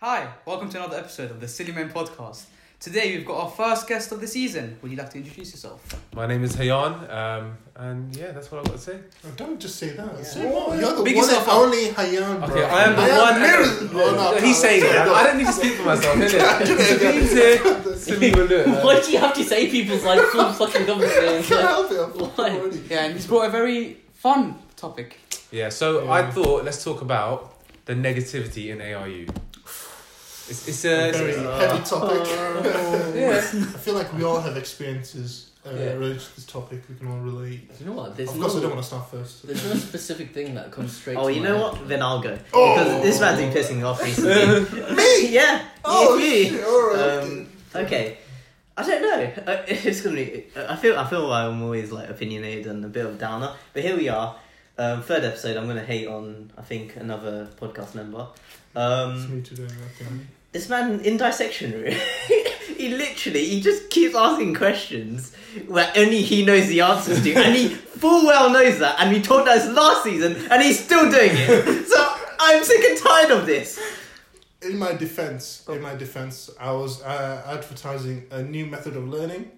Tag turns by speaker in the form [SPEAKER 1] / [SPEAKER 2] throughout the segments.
[SPEAKER 1] Hi, welcome to another episode of the Silly Men Podcast. Today we've got our first guest of the season. Would you like to introduce yourself?
[SPEAKER 2] My name is Hayan, um, and yeah, that's what I've got to say.
[SPEAKER 3] Oh, Don't just say that.
[SPEAKER 4] Yeah.
[SPEAKER 3] Say what? You're the
[SPEAKER 1] Big
[SPEAKER 3] one
[SPEAKER 1] yourself
[SPEAKER 3] and
[SPEAKER 1] up.
[SPEAKER 3] only Hayyan, bro.
[SPEAKER 2] Okay, I am the
[SPEAKER 3] I am
[SPEAKER 2] one.
[SPEAKER 3] married. Oh, no,
[SPEAKER 2] He's saying
[SPEAKER 3] sorry,
[SPEAKER 2] it.
[SPEAKER 3] no.
[SPEAKER 2] I don't need to speak for myself, innit? Silly
[SPEAKER 4] Why do you have to say people's like full fucking government names?
[SPEAKER 3] Can't help
[SPEAKER 4] Like,
[SPEAKER 3] it. I'm fucking
[SPEAKER 4] Why?
[SPEAKER 3] already.
[SPEAKER 1] Yeah, and he's brought a very fun topic.
[SPEAKER 2] Yeah, so
[SPEAKER 3] Yeah.
[SPEAKER 2] I thought let's talk about the negativity in ARU. It's, it's
[SPEAKER 1] uh,
[SPEAKER 2] a.
[SPEAKER 3] Very
[SPEAKER 2] it's a-
[SPEAKER 3] heavy topic.
[SPEAKER 5] Oh,
[SPEAKER 2] yeah.
[SPEAKER 3] I feel like we all have experiences uh,
[SPEAKER 2] Yeah.
[SPEAKER 3] related to this topic. We can all relate.
[SPEAKER 4] you know what? There's
[SPEAKER 3] of course, I don't
[SPEAKER 4] no,
[SPEAKER 3] want to start first.
[SPEAKER 4] there's no specific thing that comes straight.
[SPEAKER 5] Oh,
[SPEAKER 4] to
[SPEAKER 5] you
[SPEAKER 4] my
[SPEAKER 5] know
[SPEAKER 4] head.
[SPEAKER 5] what? Then I'll go.
[SPEAKER 3] Oh.
[SPEAKER 5] Because this man's been pissing me off recently. Me? yeah.
[SPEAKER 3] Oh,
[SPEAKER 5] it's you.
[SPEAKER 3] shit, all right.
[SPEAKER 5] Um, okay. I don't know. Uh, It's gonna be. I feel. I feel I'm always like opinionated and a bit of a downer. But here we are. Um, third episode. I'm gonna hate on. I think another podcast member.
[SPEAKER 3] It's
[SPEAKER 5] Um,
[SPEAKER 3] me today, I think.
[SPEAKER 5] this man in dissection room. he literally. He just keeps asking questions where only he knows the answers to, and he full well knows that. And we talked about this last season, and he's still doing it. So I'm sick and tired of this.
[SPEAKER 3] in my defense, in my defense, I was uh, advertising a new method of learning,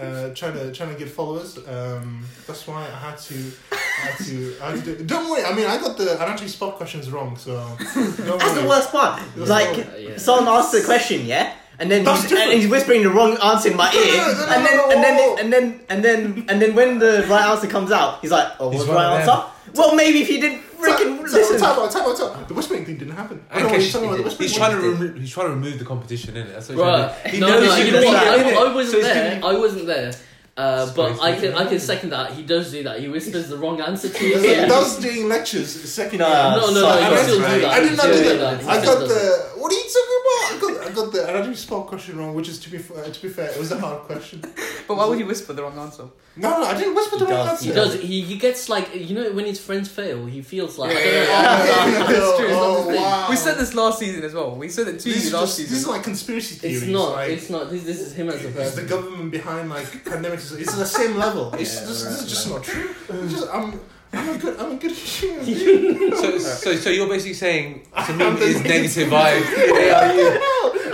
[SPEAKER 3] uh, trying to trying to get followers. Um, that's why I had to, I had to, I had to do, Don't worry. I mean, I got the I actually spot questions wrong, so don't
[SPEAKER 5] That's the
[SPEAKER 3] worry.
[SPEAKER 5] worst part. Like
[SPEAKER 4] Uh, yeah.
[SPEAKER 5] someone asks a question, yeah, and then
[SPEAKER 3] That's
[SPEAKER 5] he's,
[SPEAKER 3] different.
[SPEAKER 5] and he's whispering the wrong answer in my
[SPEAKER 3] No, no,
[SPEAKER 5] ear,
[SPEAKER 3] no, no,
[SPEAKER 5] and
[SPEAKER 3] no,
[SPEAKER 5] then
[SPEAKER 3] no,
[SPEAKER 5] and then
[SPEAKER 3] no.
[SPEAKER 5] it- and then and then and then when the right answer comes out, he's like, "Oh,
[SPEAKER 2] He's
[SPEAKER 5] what's the
[SPEAKER 2] one
[SPEAKER 5] right
[SPEAKER 2] of them.
[SPEAKER 5] answer? Well, maybe if you didn't freaking
[SPEAKER 3] Time- time-
[SPEAKER 5] listen."
[SPEAKER 3] time out, time out, time out. The whispering thing didn't happen. I don't know
[SPEAKER 2] Okay,
[SPEAKER 3] what you're talking about. The
[SPEAKER 2] he's,
[SPEAKER 3] whispering
[SPEAKER 2] he's
[SPEAKER 3] thing.
[SPEAKER 2] trying to remo- he's trying to remove the competition, innit? That's what he's trying to do.
[SPEAKER 4] Bruh,
[SPEAKER 2] He
[SPEAKER 4] no,
[SPEAKER 2] knows
[SPEAKER 4] no,
[SPEAKER 2] he
[SPEAKER 4] you
[SPEAKER 2] should
[SPEAKER 4] know
[SPEAKER 2] be
[SPEAKER 4] what?
[SPEAKER 2] there,
[SPEAKER 4] I,
[SPEAKER 2] innit?
[SPEAKER 4] I wasn't
[SPEAKER 2] So he's
[SPEAKER 4] there.
[SPEAKER 2] giving-
[SPEAKER 4] I wasn't there. Uh,
[SPEAKER 2] It's
[SPEAKER 4] but I
[SPEAKER 2] crazy.
[SPEAKER 4] can I can second that. He does do that. He whispers the wrong answer to you.
[SPEAKER 3] That's- That's doing lectures second
[SPEAKER 5] No,
[SPEAKER 3] year.
[SPEAKER 4] No, no,
[SPEAKER 5] So
[SPEAKER 4] no. You
[SPEAKER 3] I-
[SPEAKER 4] still do that.
[SPEAKER 3] I did not
[SPEAKER 4] You
[SPEAKER 3] do
[SPEAKER 4] still
[SPEAKER 3] that.
[SPEAKER 4] He
[SPEAKER 3] I
[SPEAKER 4] still
[SPEAKER 3] got
[SPEAKER 4] does it.
[SPEAKER 3] the. What are you talking about? I got, I got the. I got the spot question wrong, which is to be fair, to be fair, it was a hard question.
[SPEAKER 1] But why would you whisper the wrong answer?
[SPEAKER 3] No, no, I didn't whisper the
[SPEAKER 5] He
[SPEAKER 3] wrong
[SPEAKER 5] does,
[SPEAKER 3] answer.
[SPEAKER 4] He does. He, he gets like you know when his friends fail, he feels like I don't know.
[SPEAKER 1] That's true, it's not
[SPEAKER 3] Oh,
[SPEAKER 1] his thing.
[SPEAKER 3] wow.
[SPEAKER 1] We said this last season as well. We said it to
[SPEAKER 3] This
[SPEAKER 1] you
[SPEAKER 3] is
[SPEAKER 1] last
[SPEAKER 3] just- This is
[SPEAKER 1] season.
[SPEAKER 3] like conspiracy theories.
[SPEAKER 4] It's not.
[SPEAKER 3] Like,
[SPEAKER 4] It's not. This, this is him as a
[SPEAKER 3] it's the
[SPEAKER 4] person.
[SPEAKER 3] government behind like pandemics. It's the same level. It's just, this is just not true. It's just I'm. I'm a good. I'm a good human. being.
[SPEAKER 2] So, so, so you're basically saying to me
[SPEAKER 3] I'm the
[SPEAKER 2] is negative vibes. ARU.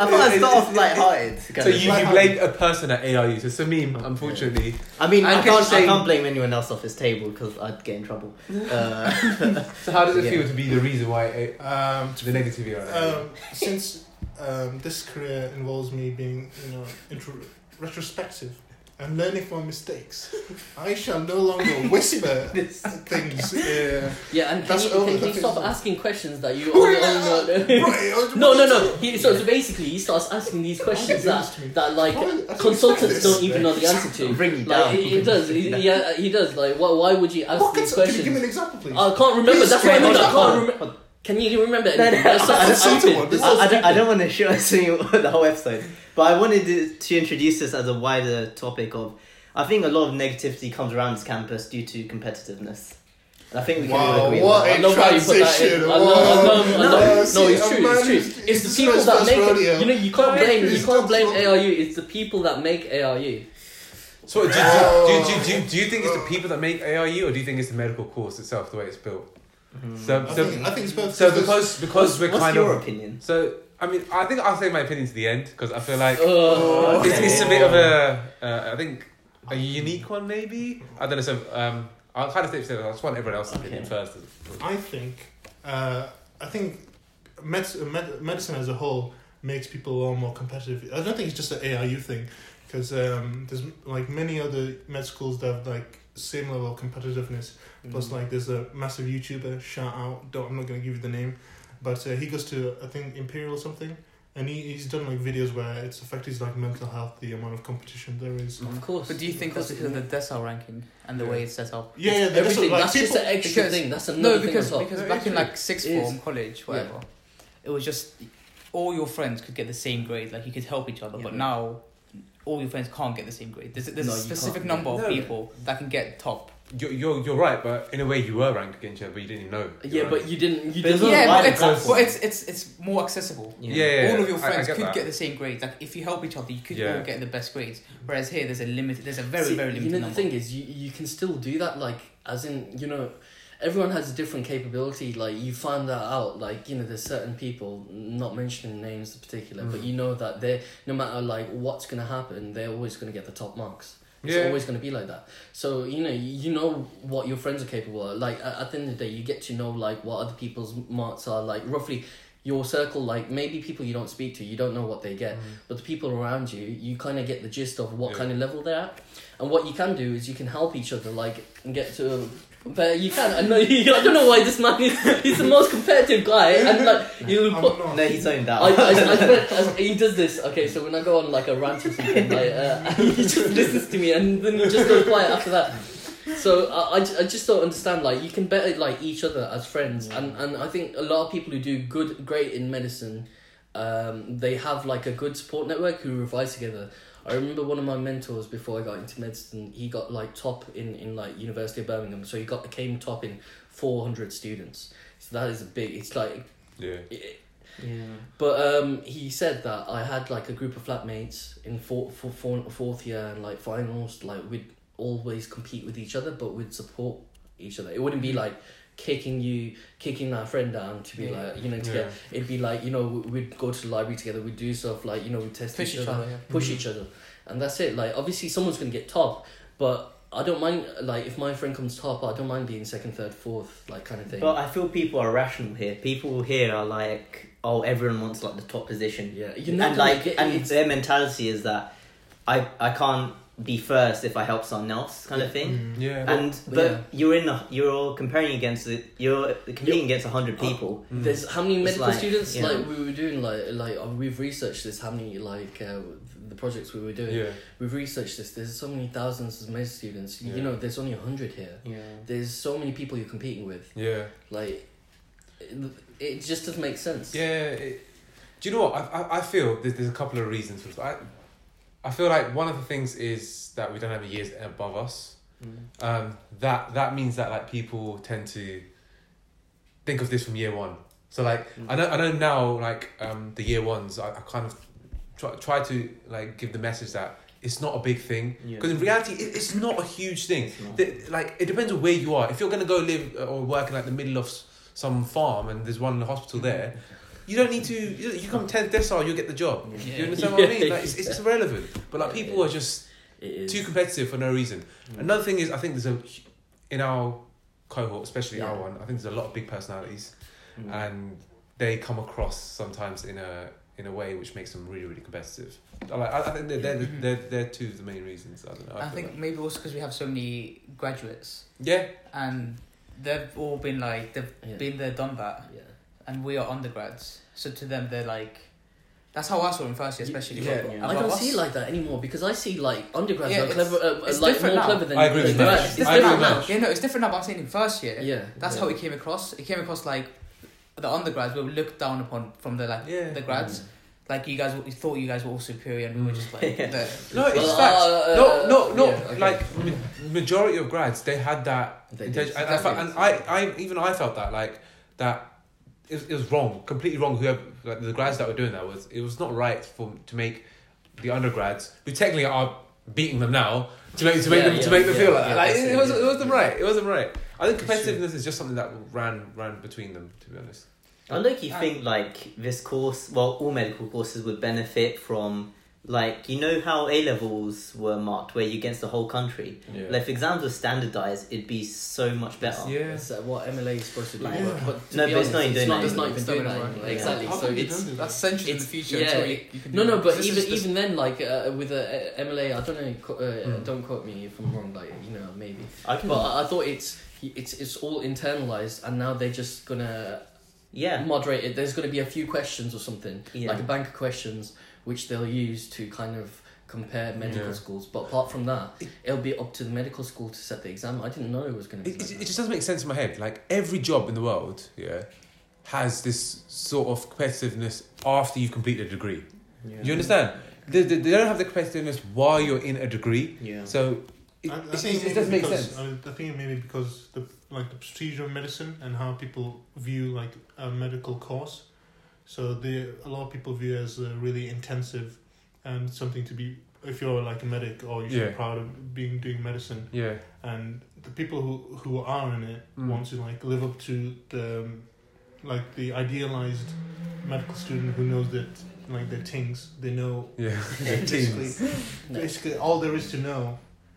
[SPEAKER 5] I thought I start off light-hearted.
[SPEAKER 2] So you, you
[SPEAKER 3] Like-
[SPEAKER 2] blame a person at ARU. So Sameem, unfortunately,
[SPEAKER 5] I mean,
[SPEAKER 1] And
[SPEAKER 5] I
[SPEAKER 1] can you
[SPEAKER 5] can't,
[SPEAKER 1] say-
[SPEAKER 5] I can't blame anyone else off this table because I'd get in trouble. Uh,
[SPEAKER 2] So how does it
[SPEAKER 5] Yeah.
[SPEAKER 2] feel to be the reason why it,
[SPEAKER 3] Um,
[SPEAKER 2] the negative era?
[SPEAKER 3] um, since um, this career involves me being, you know, intro- retrospective and learning from mistakes, I shall no longer whisper things. Uh,
[SPEAKER 4] Yeah, and can
[SPEAKER 3] That's
[SPEAKER 4] you,
[SPEAKER 3] all
[SPEAKER 4] can
[SPEAKER 3] that
[SPEAKER 4] you
[SPEAKER 3] is
[SPEAKER 4] stop
[SPEAKER 3] all.
[SPEAKER 4] asking questions that you
[SPEAKER 3] Bro,
[SPEAKER 4] all, all know? Oh
[SPEAKER 3] uh,
[SPEAKER 4] No, no, no. He, so, so basically, he starts asking these questions
[SPEAKER 3] do this
[SPEAKER 4] that,
[SPEAKER 3] to me?
[SPEAKER 4] that like
[SPEAKER 3] Why- I don't
[SPEAKER 4] consultants
[SPEAKER 3] expect this.
[SPEAKER 4] don't even know the answer
[SPEAKER 5] It'll
[SPEAKER 4] to.
[SPEAKER 5] bring you down.
[SPEAKER 4] Like he, he does, he, yeah, he does. Like, why, why would you ask
[SPEAKER 3] What
[SPEAKER 4] these
[SPEAKER 3] cons- can you give me an
[SPEAKER 4] questions?
[SPEAKER 3] example, please?
[SPEAKER 4] I can't remember.
[SPEAKER 3] Please,
[SPEAKER 4] That's what I
[SPEAKER 3] can
[SPEAKER 4] mean.
[SPEAKER 3] you-
[SPEAKER 4] I can't
[SPEAKER 5] Hold on,
[SPEAKER 4] remember. Can you remember?
[SPEAKER 5] no,
[SPEAKER 4] anything? That's so
[SPEAKER 5] I
[SPEAKER 3] don't-
[SPEAKER 4] stupid.
[SPEAKER 3] I don't-
[SPEAKER 4] That's so
[SPEAKER 5] I, I don't, I
[SPEAKER 4] stupid.
[SPEAKER 5] don't want to show us any- the whole episode, but I wanted to, to introduce this as a wider topic of. I think a lot of negativity comes around this campus due to competitiveness, and I think we can all
[SPEAKER 3] Wow,
[SPEAKER 5] agree.
[SPEAKER 3] what
[SPEAKER 5] on
[SPEAKER 4] I
[SPEAKER 3] a
[SPEAKER 4] love how you put that in.
[SPEAKER 3] transition!
[SPEAKER 4] I love, I love, I
[SPEAKER 3] Wow.
[SPEAKER 4] love. No,
[SPEAKER 3] see,
[SPEAKER 4] it's
[SPEAKER 3] a
[SPEAKER 4] true.
[SPEAKER 3] man
[SPEAKER 4] It's
[SPEAKER 3] is-
[SPEAKER 4] true. It's
[SPEAKER 3] this
[SPEAKER 4] the
[SPEAKER 3] is
[SPEAKER 4] people
[SPEAKER 3] his
[SPEAKER 4] that
[SPEAKER 3] first
[SPEAKER 4] make
[SPEAKER 3] rodeo.
[SPEAKER 4] it. You know, you can't
[SPEAKER 3] Correct,
[SPEAKER 4] blame.
[SPEAKER 3] it's
[SPEAKER 4] You can't
[SPEAKER 3] not
[SPEAKER 4] blame
[SPEAKER 3] so-
[SPEAKER 4] ARU. It's the people that make ARU.
[SPEAKER 2] So do, do,
[SPEAKER 3] Oh.
[SPEAKER 2] do, do, do, do you think it's the people that make ARU, or do you think it's the medical course itself, the way it's built?
[SPEAKER 4] Mm-hmm.
[SPEAKER 2] So,
[SPEAKER 3] I
[SPEAKER 2] so,
[SPEAKER 3] think, I think it's both.
[SPEAKER 2] so because because we're
[SPEAKER 5] that. What's
[SPEAKER 2] kind
[SPEAKER 5] your
[SPEAKER 2] of
[SPEAKER 5] opinion?
[SPEAKER 2] so. I mean, I think I'll save my opinion to the end because I feel like
[SPEAKER 3] Oh.
[SPEAKER 4] Ugh.
[SPEAKER 2] it's, it's a bit of a uh, I think a unique one maybe. I don't know. So um, I'll kind of save it. I just want everyone else's opinion
[SPEAKER 5] Okay.
[SPEAKER 2] first.
[SPEAKER 3] I think, uh, I think, med- med- medicine as a whole makes people a lot more competitive. I don't think it's just an AIU thing, because um, there's like many other med schools that have like same level of competitiveness. Plus, like, there's a massive YouTuber. Shout out! Don't I'm not gonna give you the name, but uh, he goes to I think Imperial or something, and he, he's done like videos where it's affected like mental health, the amount of competition there is.
[SPEAKER 4] Of course.
[SPEAKER 1] But do you think
[SPEAKER 4] Of course
[SPEAKER 1] that's
[SPEAKER 4] it
[SPEAKER 1] because of the decile
[SPEAKER 4] will.
[SPEAKER 1] ranking and the way it's set up?
[SPEAKER 3] Yeah, yeah, there's
[SPEAKER 4] everything.
[SPEAKER 3] like,
[SPEAKER 4] that's
[SPEAKER 3] people,
[SPEAKER 4] just an extra
[SPEAKER 1] because-
[SPEAKER 4] thing. That's another
[SPEAKER 1] No, because
[SPEAKER 4] thing on top.
[SPEAKER 1] because
[SPEAKER 3] No,
[SPEAKER 1] back
[SPEAKER 3] it's
[SPEAKER 1] in
[SPEAKER 3] true.
[SPEAKER 1] like sixth
[SPEAKER 4] It is.
[SPEAKER 1] form, college, whatever, it was just all your friends could get the same grade. Like you could help each other, but
[SPEAKER 5] Yeah.
[SPEAKER 1] now all your friends can't get the same grade. There's, there's
[SPEAKER 5] No,
[SPEAKER 1] a
[SPEAKER 5] you
[SPEAKER 1] specific
[SPEAKER 5] can't.
[SPEAKER 1] number of
[SPEAKER 2] No.
[SPEAKER 1] people that can get top.
[SPEAKER 2] You're, you're you're right, but in a way you were ranked against each other, but you didn't even know.
[SPEAKER 4] yeah, but you didn't. You
[SPEAKER 5] But it's
[SPEAKER 4] didn't.
[SPEAKER 5] not
[SPEAKER 1] yeah,
[SPEAKER 5] why
[SPEAKER 1] but
[SPEAKER 5] the
[SPEAKER 1] it's,
[SPEAKER 5] platform-
[SPEAKER 1] but it's it's it's more accessible.
[SPEAKER 2] yeah, yeah, yeah.
[SPEAKER 1] all of your
[SPEAKER 2] I- I
[SPEAKER 1] friends
[SPEAKER 2] get
[SPEAKER 1] could
[SPEAKER 2] that.
[SPEAKER 1] get the same grades. Like if you help each other, you could
[SPEAKER 2] Yeah.
[SPEAKER 1] all get the best grades. Whereas here, there's a limited, there's a very
[SPEAKER 4] See,
[SPEAKER 1] very limited
[SPEAKER 4] You know,
[SPEAKER 1] number.
[SPEAKER 4] the thing is, you you can still do that. Like, as in, you know, everyone has a different capability. Like you find that out. Like you know, there's certain people, not mentioning names in particular,
[SPEAKER 1] Mm.
[SPEAKER 4] but you know that they, no matter like what's gonna happen, they're always gonna get the top marks. It's
[SPEAKER 2] Yeah.
[SPEAKER 4] always gonna be like that. So you know, you know what your friends are capable of. Like at, at the end of the day, you get to know like what other people's marks are. Like roughly. Your circle, like maybe people you don't speak to, you don't know what they get, but the people around you, you kind of get the gist of what
[SPEAKER 2] Yeah.
[SPEAKER 4] kind of level they're at. And what you can do is you can help each other, like and get to. But you can. I know. I don't know why this man is. He's the most competitive guy, and like he'll
[SPEAKER 3] I'm
[SPEAKER 4] put.
[SPEAKER 3] not.
[SPEAKER 5] No, he's zoned out.
[SPEAKER 4] I, I, I, I- he does this. Okay, so when I go on like a rant or something, like, uh, he just listens to me, and then he just goes quiet after that. So I, I, ju- I just don't understand. Like you can better like each other as friends, and and I think a lot of people who do good, great in medicine, um, they have like a good support network who revise together. I remember one of my mentors before I got into medicine. He got like top in in like University of Birmingham, so he got came top in four hundred students. So that is a big. It's like
[SPEAKER 2] Yeah.
[SPEAKER 5] yeah.
[SPEAKER 4] but um, he said that I had like a group of flatmates in four, four, four, fourth year and like finals. Like we'd always compete with each other, but we'd support each other. It wouldn't be like kicking you, kicking our friend down to be
[SPEAKER 1] Yeah.
[SPEAKER 4] like you know to get. It'd be like you know we- we'd go to the library together. We'd do stuff like you know we would test
[SPEAKER 1] Push
[SPEAKER 4] each
[SPEAKER 1] each
[SPEAKER 4] other,
[SPEAKER 1] other, yeah.
[SPEAKER 4] push each other, and that's it. Like obviously someone's gonna get top, but. I don't mind like if my friend comes top, I don't mind being second, third, fourth, like kind of thing.
[SPEAKER 5] But I feel people are rational here. People here are like, oh, everyone wants like the top position.
[SPEAKER 4] yeah, you're not
[SPEAKER 5] and
[SPEAKER 4] gonna
[SPEAKER 5] like,
[SPEAKER 4] get-
[SPEAKER 5] and
[SPEAKER 4] it's-
[SPEAKER 5] their mentality is that I I can't be first if I help someone else kind
[SPEAKER 4] Yeah. Mm.
[SPEAKER 5] of thing.
[SPEAKER 3] Mm.
[SPEAKER 2] Yeah.
[SPEAKER 5] And
[SPEAKER 4] But-
[SPEAKER 5] but
[SPEAKER 4] yeah.
[SPEAKER 5] you're in the you're comparing against the, you're competing against hundred people.
[SPEAKER 2] Mm.
[SPEAKER 4] There's how many
[SPEAKER 5] Mm. It's
[SPEAKER 4] medical
[SPEAKER 5] like,
[SPEAKER 4] students
[SPEAKER 5] yeah.
[SPEAKER 4] like we were doing like like uh, we've researched this how many like uh, the projects we were doing
[SPEAKER 2] Yeah.
[SPEAKER 4] we've researched this there's so many thousands of med students you
[SPEAKER 2] Yeah.
[SPEAKER 4] know there's only 100 here
[SPEAKER 5] Oh, Yeah.
[SPEAKER 4] there's so many people you're competing with
[SPEAKER 2] Yeah.
[SPEAKER 4] like it, it just doesn't make sense
[SPEAKER 2] Yeah. It, do you know what? I, I, I feel there's, there's a couple of reasons for this. I, I feel like one of the things is that we don't have years above us. Um, that that means that like people tend to think of this from year one. So like I know I know now like um, the year ones I, I kind of try, try to like give the message that it's not a big thing
[SPEAKER 5] Yeah.
[SPEAKER 2] because in reality it, it's not a huge thing.
[SPEAKER 5] It's not.
[SPEAKER 2] The- like it depends on where you are. If you're gonna go live uh, or work in like the middle of s- some farm and there's one hospital there, you don't need to. You, you come tenth decile, you'll get the job.
[SPEAKER 1] Yeah.
[SPEAKER 2] You understand what I mean?
[SPEAKER 4] Yeah.
[SPEAKER 2] Like, it's, it's irrelevant. But like
[SPEAKER 4] Yeah,
[SPEAKER 2] people
[SPEAKER 4] yeah.
[SPEAKER 2] are just
[SPEAKER 4] it is
[SPEAKER 2] too competitive for no reason. Another thing is, I think there's a in our cohort, especially
[SPEAKER 4] Yeah.
[SPEAKER 2] our one. I think there's a lot of big personalities,
[SPEAKER 5] Mm.
[SPEAKER 2] and they come across sometimes in a in a way which makes them really really competitive. Like, I, I think they're, they're, the- they're, they're two of the main reasons. I don't know.
[SPEAKER 1] I
[SPEAKER 2] feel
[SPEAKER 1] think
[SPEAKER 2] like.
[SPEAKER 1] maybe also because we have so many graduates
[SPEAKER 2] yeah,
[SPEAKER 1] and they've all been like, they've
[SPEAKER 4] Yeah.
[SPEAKER 1] been there, done that,
[SPEAKER 4] yeah
[SPEAKER 1] and we are undergrads. So to them, they're like, that's how I saw in first year, especially.
[SPEAKER 4] Yeah.
[SPEAKER 1] above-
[SPEAKER 5] Yeah.
[SPEAKER 1] above
[SPEAKER 4] I don't
[SPEAKER 1] us.
[SPEAKER 4] see it like that anymore because I see like undergrads
[SPEAKER 1] Yeah,
[SPEAKER 4] are
[SPEAKER 1] it's-
[SPEAKER 4] clever uh,
[SPEAKER 1] it's
[SPEAKER 4] like more
[SPEAKER 1] different now.
[SPEAKER 4] clever than
[SPEAKER 2] I agree with
[SPEAKER 4] grads.
[SPEAKER 2] that.
[SPEAKER 1] It's
[SPEAKER 2] I
[SPEAKER 1] different
[SPEAKER 2] agree
[SPEAKER 1] now.
[SPEAKER 2] with that.
[SPEAKER 1] Yeah, no, it's different now. But I'm saying in first year,
[SPEAKER 4] yeah
[SPEAKER 1] that's
[SPEAKER 4] yeah.
[SPEAKER 1] how it came across. It came across like the undergrads were looked down upon from the like
[SPEAKER 2] Yeah.
[SPEAKER 1] the grads.
[SPEAKER 4] Mm.
[SPEAKER 1] Like you guys, were- you thought you guys were all superior, and we were just like,
[SPEAKER 5] Yeah.
[SPEAKER 1] the-
[SPEAKER 2] No, it's
[SPEAKER 4] Well,
[SPEAKER 2] facts.
[SPEAKER 4] uh,
[SPEAKER 2] no, no, no.
[SPEAKER 4] yeah, okay.
[SPEAKER 2] Like ma- majority of grads, they had that
[SPEAKER 4] They
[SPEAKER 2] intention,
[SPEAKER 4] did.
[SPEAKER 2] and, I fe-
[SPEAKER 4] They did.
[SPEAKER 2] and I, I, even I felt that like that. It was, it was wrong, completely wrong. Whoever like the grads that were doing that was, it was not right for to make the undergrads who technically are beating them now to make to make
[SPEAKER 4] Yeah,
[SPEAKER 2] them
[SPEAKER 4] yeah,
[SPEAKER 2] to make them
[SPEAKER 4] yeah,
[SPEAKER 2] feel like
[SPEAKER 4] yeah,
[SPEAKER 2] that. Like,
[SPEAKER 4] that's
[SPEAKER 2] it,
[SPEAKER 4] it,
[SPEAKER 2] wasn't,
[SPEAKER 4] yeah.
[SPEAKER 2] it wasn't right. It wasn't right. I think
[SPEAKER 4] It's true.
[SPEAKER 2] competitiveness is just something that ran ran between them. To be honest,
[SPEAKER 5] I look, you
[SPEAKER 1] I-
[SPEAKER 5] think like this course, well, all medical courses would benefit from like you know how A levels were marked where you against the whole country.
[SPEAKER 2] yeah,
[SPEAKER 5] Like if exams were standardized, it'd be so much better.
[SPEAKER 2] yeah.
[SPEAKER 4] It's, uh, what MLA is supposed to do,
[SPEAKER 5] Like-
[SPEAKER 4] but, but to
[SPEAKER 5] No,
[SPEAKER 4] be
[SPEAKER 5] but it's not
[SPEAKER 4] honest,
[SPEAKER 5] even doing that
[SPEAKER 4] it's
[SPEAKER 1] anymore.
[SPEAKER 4] not even
[SPEAKER 1] It's
[SPEAKER 4] doing
[SPEAKER 1] not
[SPEAKER 4] that.
[SPEAKER 1] even
[SPEAKER 4] anymore.
[SPEAKER 1] doing that.
[SPEAKER 4] Exactly.
[SPEAKER 3] How
[SPEAKER 4] So
[SPEAKER 3] come you
[SPEAKER 4] it's,
[SPEAKER 3] don't do that?
[SPEAKER 1] that's century in the
[SPEAKER 4] It's-
[SPEAKER 1] future.
[SPEAKER 4] yeah.
[SPEAKER 1] until you, you can do
[SPEAKER 4] No, no,
[SPEAKER 1] that.
[SPEAKER 4] but
[SPEAKER 1] This is
[SPEAKER 4] even
[SPEAKER 1] just-
[SPEAKER 4] even then, like uh, with a a MLA, I don't know. co- Uh,
[SPEAKER 2] Mm.
[SPEAKER 4] Don't quote me if I'm wrong. Like you know, maybe.
[SPEAKER 5] I can.
[SPEAKER 4] But I, I thought it's it's it's all internalized, and now they're just gonna
[SPEAKER 5] yeah.
[SPEAKER 4] moderate it. There's gonna be a few questions or something,
[SPEAKER 5] Yeah.
[SPEAKER 4] like a bank of questions, which they'll use to kind of compare medical
[SPEAKER 2] Yeah.
[SPEAKER 4] schools. But apart from that, it'll be up to the medical school to set the exam. I didn't know it was gonna. Be
[SPEAKER 2] It,
[SPEAKER 4] like
[SPEAKER 2] it, it
[SPEAKER 4] that.
[SPEAKER 2] just doesn't make sense in my head. Like every job in the world, yeah, has this sort of competitiveness after you've completed a degree.
[SPEAKER 5] Yeah.
[SPEAKER 2] You understand? They, they, they don't have the competitiveness while you're in a degree.
[SPEAKER 5] Yeah.
[SPEAKER 2] So it,
[SPEAKER 3] I, I
[SPEAKER 2] it, it, it
[SPEAKER 3] think maybe
[SPEAKER 2] doesn't make
[SPEAKER 3] because-
[SPEAKER 2] sense.
[SPEAKER 3] I, mean, I think maybe because the like the prestige of medicine and how people view like a medical course, so the a lot of people view it as uh, really intensive and something to be if you're like a medic or you're
[SPEAKER 2] Yeah.
[SPEAKER 3] proud of being doing medicine,
[SPEAKER 2] Yeah.
[SPEAKER 3] and the people who who are in it
[SPEAKER 2] Mm.
[SPEAKER 3] want to like live up to the um, like the idealized medical student who knows that like their things they know
[SPEAKER 2] Yeah.
[SPEAKER 3] basically basically all there is to know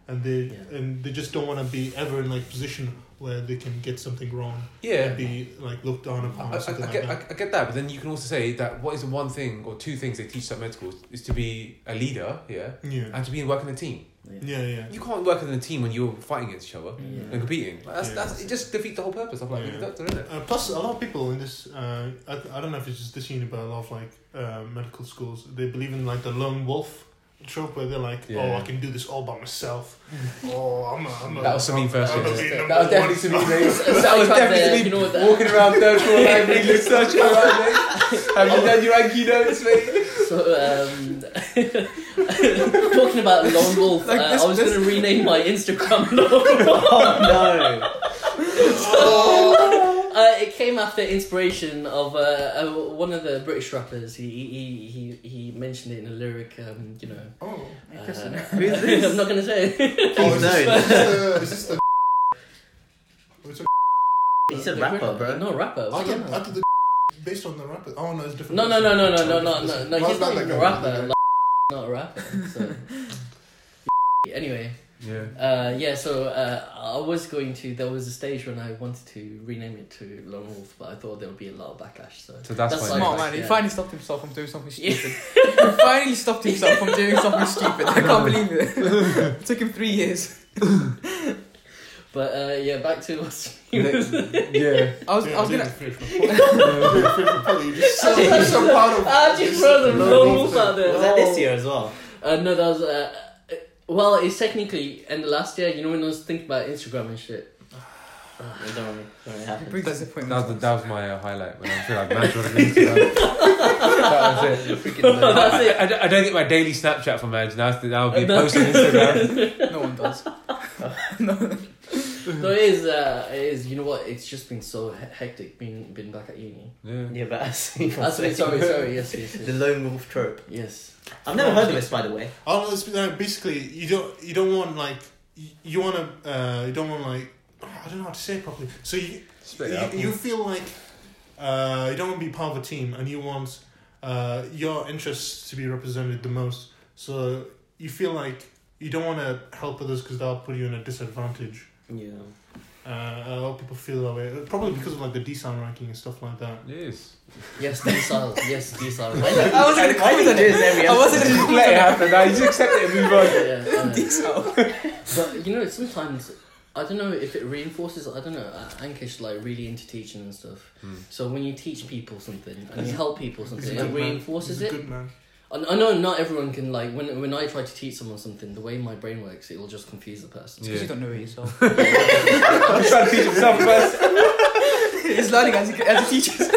[SPEAKER 3] and they
[SPEAKER 4] Yeah.
[SPEAKER 3] and they just don't want to be ever in like position where they can get something wrong
[SPEAKER 2] Yeah.
[SPEAKER 3] and be like looked down
[SPEAKER 2] I,
[SPEAKER 3] upon
[SPEAKER 2] I,
[SPEAKER 3] or something
[SPEAKER 2] I,
[SPEAKER 3] like
[SPEAKER 2] get, I,
[SPEAKER 3] that
[SPEAKER 2] I get that, but then you can also say that what is the one thing or two things they teach at med school is to be a leader, yeah,
[SPEAKER 3] yeah
[SPEAKER 2] and to be working in a team.
[SPEAKER 3] yeah yeah
[SPEAKER 2] You can't work in a team when you're fighting against each other
[SPEAKER 4] Yeah.
[SPEAKER 2] and competing. Like, that's,
[SPEAKER 3] Yeah.
[SPEAKER 2] that's it. Just defeats the whole purpose of like
[SPEAKER 3] Yeah.
[SPEAKER 2] being a doctor, isn't it?
[SPEAKER 3] uh, plus a lot of people in this uh, I, I don't know if it's just this uni but a lot of like uh, medical schools they believe in like the lone wolf trope where they're like
[SPEAKER 2] Yeah.
[SPEAKER 3] oh I can do this all by myself oh I'm a, I'm a
[SPEAKER 2] That was to me first.
[SPEAKER 3] I'm
[SPEAKER 2] yeah.
[SPEAKER 3] a big
[SPEAKER 2] That
[SPEAKER 3] number
[SPEAKER 2] was definitely to
[SPEAKER 3] one.
[SPEAKER 2] me. mate.
[SPEAKER 4] It's
[SPEAKER 2] That was
[SPEAKER 4] like out
[SPEAKER 2] definitely
[SPEAKER 4] there,
[SPEAKER 2] to me.
[SPEAKER 4] you know what that-
[SPEAKER 2] Walking around third floor library researching around. Mate. Have you done your Anki notes, mate?
[SPEAKER 4] So, um, talking about Lone Wolf,
[SPEAKER 1] Like
[SPEAKER 4] uh,
[SPEAKER 1] this-
[SPEAKER 4] I was going to rename my Instagram Lone Wolf.
[SPEAKER 5] no.
[SPEAKER 2] Oh.
[SPEAKER 4] Uh, it came after inspiration of uh, uh, one of the British rappers. He he, he, he he mentioned it in a lyric, um, you know.
[SPEAKER 3] oh
[SPEAKER 4] uh,
[SPEAKER 5] Who's this?
[SPEAKER 4] I'm not going to say.
[SPEAKER 3] Oh, is, this, is,
[SPEAKER 5] known.
[SPEAKER 3] this the, is this the? What's it-
[SPEAKER 5] He's a rapper, bro.
[SPEAKER 4] No, rapper.
[SPEAKER 3] I
[SPEAKER 4] What
[SPEAKER 3] thought,
[SPEAKER 4] rapper?
[SPEAKER 3] I thought the based on the rapper. Oh no, it's different.
[SPEAKER 4] No, no, no, no, no, no, no,
[SPEAKER 3] It's
[SPEAKER 4] no,
[SPEAKER 3] different.
[SPEAKER 4] no.
[SPEAKER 3] Well,
[SPEAKER 4] He's
[SPEAKER 3] it's
[SPEAKER 4] not even
[SPEAKER 3] that
[SPEAKER 4] a
[SPEAKER 3] guy.
[SPEAKER 4] rapper. Like, not a rapper. So. anyway,
[SPEAKER 2] Yeah.
[SPEAKER 4] uh, yeah. So uh, I was going to. There was a stage when I wanted to rename it to Lone Wolf, but I thought there would be a lot of backlash. So
[SPEAKER 2] So that's
[SPEAKER 4] That's
[SPEAKER 2] why.
[SPEAKER 1] Smart
[SPEAKER 4] like-
[SPEAKER 1] man. He
[SPEAKER 4] yeah.
[SPEAKER 1] finally stopped himself from doing something
[SPEAKER 4] Yeah.
[SPEAKER 1] stupid. he finally stopped himself from doing something stupid. I can't believe it. it took him three years.
[SPEAKER 4] But uh, yeah, back to what's
[SPEAKER 2] yeah.
[SPEAKER 1] I was,
[SPEAKER 3] Yeah,
[SPEAKER 1] I was
[SPEAKER 3] dude,
[SPEAKER 1] gonna.
[SPEAKER 3] free from- free from Polly, you just so- you're so proud of-
[SPEAKER 4] I just throw the
[SPEAKER 3] Lone
[SPEAKER 4] Lone
[SPEAKER 3] Wolf
[SPEAKER 4] Wolf out there.
[SPEAKER 5] Was that this
[SPEAKER 4] Oh.
[SPEAKER 5] year as well?
[SPEAKER 4] Uh, no, that was. Uh, uh, well, it's technically end of last year. You know when I was thinking about Instagram and shit.
[SPEAKER 5] Oh, don't worry, don't worry, it
[SPEAKER 1] It
[SPEAKER 5] happened.
[SPEAKER 1] brings disappointment.
[SPEAKER 2] That was, the, that was my uh, highlight when I feel like mad on Instagram. that was it.
[SPEAKER 4] That's it.
[SPEAKER 2] I, I don't- I don't get my daily Snapchat from Edge. Now, it's- now I'll be
[SPEAKER 4] That's-
[SPEAKER 2] posting on Instagram.
[SPEAKER 1] No one does.
[SPEAKER 4] No, it is. Uh, it is. You know what? It's just been so he- hectic being been back at uni.
[SPEAKER 2] Yeah.
[SPEAKER 5] Yeah, but I see.
[SPEAKER 4] That's it. Ah, Sorry, sorry. Yes, yes,
[SPEAKER 5] The
[SPEAKER 4] yes.
[SPEAKER 5] lone wolf trope.
[SPEAKER 4] yes.
[SPEAKER 5] I've never heard of this, by the way.
[SPEAKER 3] Oh, no, it's, no, basically, you don't you don't want like you, you want to uh, you don't want like I don't know how to say it properly. So you
[SPEAKER 2] Spit it
[SPEAKER 3] you,
[SPEAKER 2] out.
[SPEAKER 3] you feel like uh, you don't want to be part of a team, and you want uh, your interests to be represented the most. So you feel like you don't want to help others because that'll put you in a disadvantage.
[SPEAKER 5] Yeah.
[SPEAKER 3] Uh, a lot of people feel that way. Uh, Probably because of like the DSAN ranking and stuff like that.
[SPEAKER 2] Yes.
[SPEAKER 4] Yes, these are. Yes, these are.
[SPEAKER 1] I wasn't gonna comment on this.
[SPEAKER 5] every
[SPEAKER 1] I wasn't
[SPEAKER 5] episode.
[SPEAKER 1] gonna
[SPEAKER 2] Just let it
[SPEAKER 1] comment
[SPEAKER 2] happen. Now you just accept it and move on.
[SPEAKER 4] Yeah,
[SPEAKER 1] on
[SPEAKER 4] uh,
[SPEAKER 1] this. So-
[SPEAKER 4] but you know, sometimes I don't know if it reinforces. I don't know. uh, Ankesh like really into teaching and stuff.
[SPEAKER 2] Hmm.
[SPEAKER 4] So when you teach people something and you help people something, it
[SPEAKER 3] good man.
[SPEAKER 4] reinforces
[SPEAKER 3] He's
[SPEAKER 4] it.
[SPEAKER 3] a good man.
[SPEAKER 4] I I know not everyone can like when when I try to teach someone something, the way my brain works, it will just confuse the person.
[SPEAKER 1] It's 'cause
[SPEAKER 2] Yeah.
[SPEAKER 1] you don't know it yourself.
[SPEAKER 2] I'm trying to teach himself first.
[SPEAKER 1] He's learning as he, as he teaches.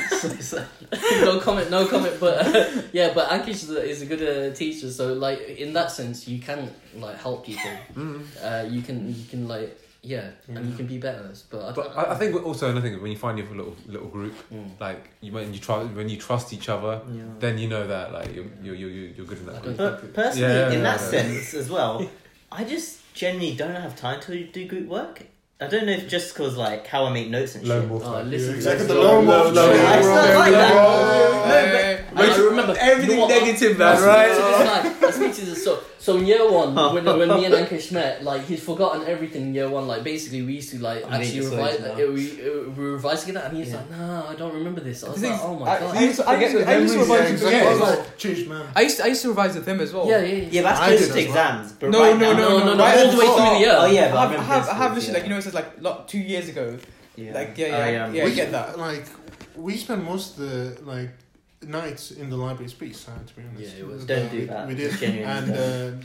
[SPEAKER 4] no comment, no comment. But uh, yeah, but Ankish is a, is a good uh, teacher, so like in that sense, you can like help people. Uh, you can you can like yeah, and you can be better. But I,
[SPEAKER 2] But
[SPEAKER 4] don't,
[SPEAKER 2] I, I think also another thing is when you find your little little group,
[SPEAKER 4] Mm.
[SPEAKER 2] like you when you trust when you trust each other,
[SPEAKER 5] Yeah.
[SPEAKER 2] then you know that like you're you're you're, you're good in
[SPEAKER 4] I
[SPEAKER 2] that.
[SPEAKER 4] don't
[SPEAKER 2] Group.
[SPEAKER 5] But personally,
[SPEAKER 2] Yeah,
[SPEAKER 5] in
[SPEAKER 2] yeah,
[SPEAKER 5] that
[SPEAKER 2] yeah.
[SPEAKER 5] sense as well, I just generally don't have time to do group work. I don't know if just because like how I make notes and shit.
[SPEAKER 2] Lone wolf.
[SPEAKER 4] oh,
[SPEAKER 2] man.
[SPEAKER 4] listen,
[SPEAKER 3] exactly
[SPEAKER 4] listen.
[SPEAKER 3] the lone wolf.
[SPEAKER 2] Lone- lone-
[SPEAKER 5] Yeah, it's
[SPEAKER 2] lone-
[SPEAKER 5] not
[SPEAKER 2] lone-
[SPEAKER 5] like that.
[SPEAKER 2] lone-
[SPEAKER 5] No, but-
[SPEAKER 4] I just remember
[SPEAKER 2] Everything
[SPEAKER 4] you know what,
[SPEAKER 2] negative,
[SPEAKER 4] I
[SPEAKER 2] man.
[SPEAKER 4] speak
[SPEAKER 2] Right?
[SPEAKER 4] to this guy. I speak to this so so in year one when, when me and Ankesh met, like he'd forgotten everything in year one. Like basically we used to like
[SPEAKER 5] I'm
[SPEAKER 4] actually
[SPEAKER 5] making
[SPEAKER 4] revise
[SPEAKER 5] slides now.
[SPEAKER 4] we, we were revising that and he was
[SPEAKER 5] Yeah.
[SPEAKER 4] like, Nah, I don't remember this. I
[SPEAKER 1] The
[SPEAKER 4] was
[SPEAKER 1] thing
[SPEAKER 4] like,
[SPEAKER 1] is,
[SPEAKER 4] Oh my
[SPEAKER 1] I-
[SPEAKER 4] god.
[SPEAKER 1] I used to- I get- I used to
[SPEAKER 3] Yeah,
[SPEAKER 1] revise with
[SPEAKER 3] exactly.
[SPEAKER 1] him as
[SPEAKER 3] I was
[SPEAKER 1] well.
[SPEAKER 3] like, changed man.
[SPEAKER 1] I used to, I used to revise with him as well.
[SPEAKER 4] yeah, yeah, yeah.
[SPEAKER 5] Yeah,
[SPEAKER 3] I
[SPEAKER 5] but that's
[SPEAKER 3] did
[SPEAKER 5] close to
[SPEAKER 3] as well.
[SPEAKER 5] exams. But
[SPEAKER 1] No,
[SPEAKER 5] right
[SPEAKER 1] no,
[SPEAKER 5] now,
[SPEAKER 4] No, no, no,
[SPEAKER 1] Right
[SPEAKER 4] all the way
[SPEAKER 1] at the
[SPEAKER 4] through the year.
[SPEAKER 5] Oh yeah, but
[SPEAKER 1] I have, I
[SPEAKER 5] I remember
[SPEAKER 1] have,
[SPEAKER 5] this
[SPEAKER 1] I have
[SPEAKER 5] one,
[SPEAKER 1] this
[SPEAKER 5] yeah.
[SPEAKER 1] like you know it says like lot two years ago
[SPEAKER 5] Yeah.
[SPEAKER 1] like yeah
[SPEAKER 5] I,
[SPEAKER 1] yeah
[SPEAKER 5] um,
[SPEAKER 1] yeah I
[SPEAKER 3] We-
[SPEAKER 1] get that
[SPEAKER 3] Like we spent most of the like nights in the library. It's pretty sad to be honest.
[SPEAKER 4] Yeah, it was-
[SPEAKER 5] Don't
[SPEAKER 3] Uh,
[SPEAKER 5] do
[SPEAKER 3] we-
[SPEAKER 5] that.
[SPEAKER 3] We did,
[SPEAKER 5] It's genuinely
[SPEAKER 3] and uh,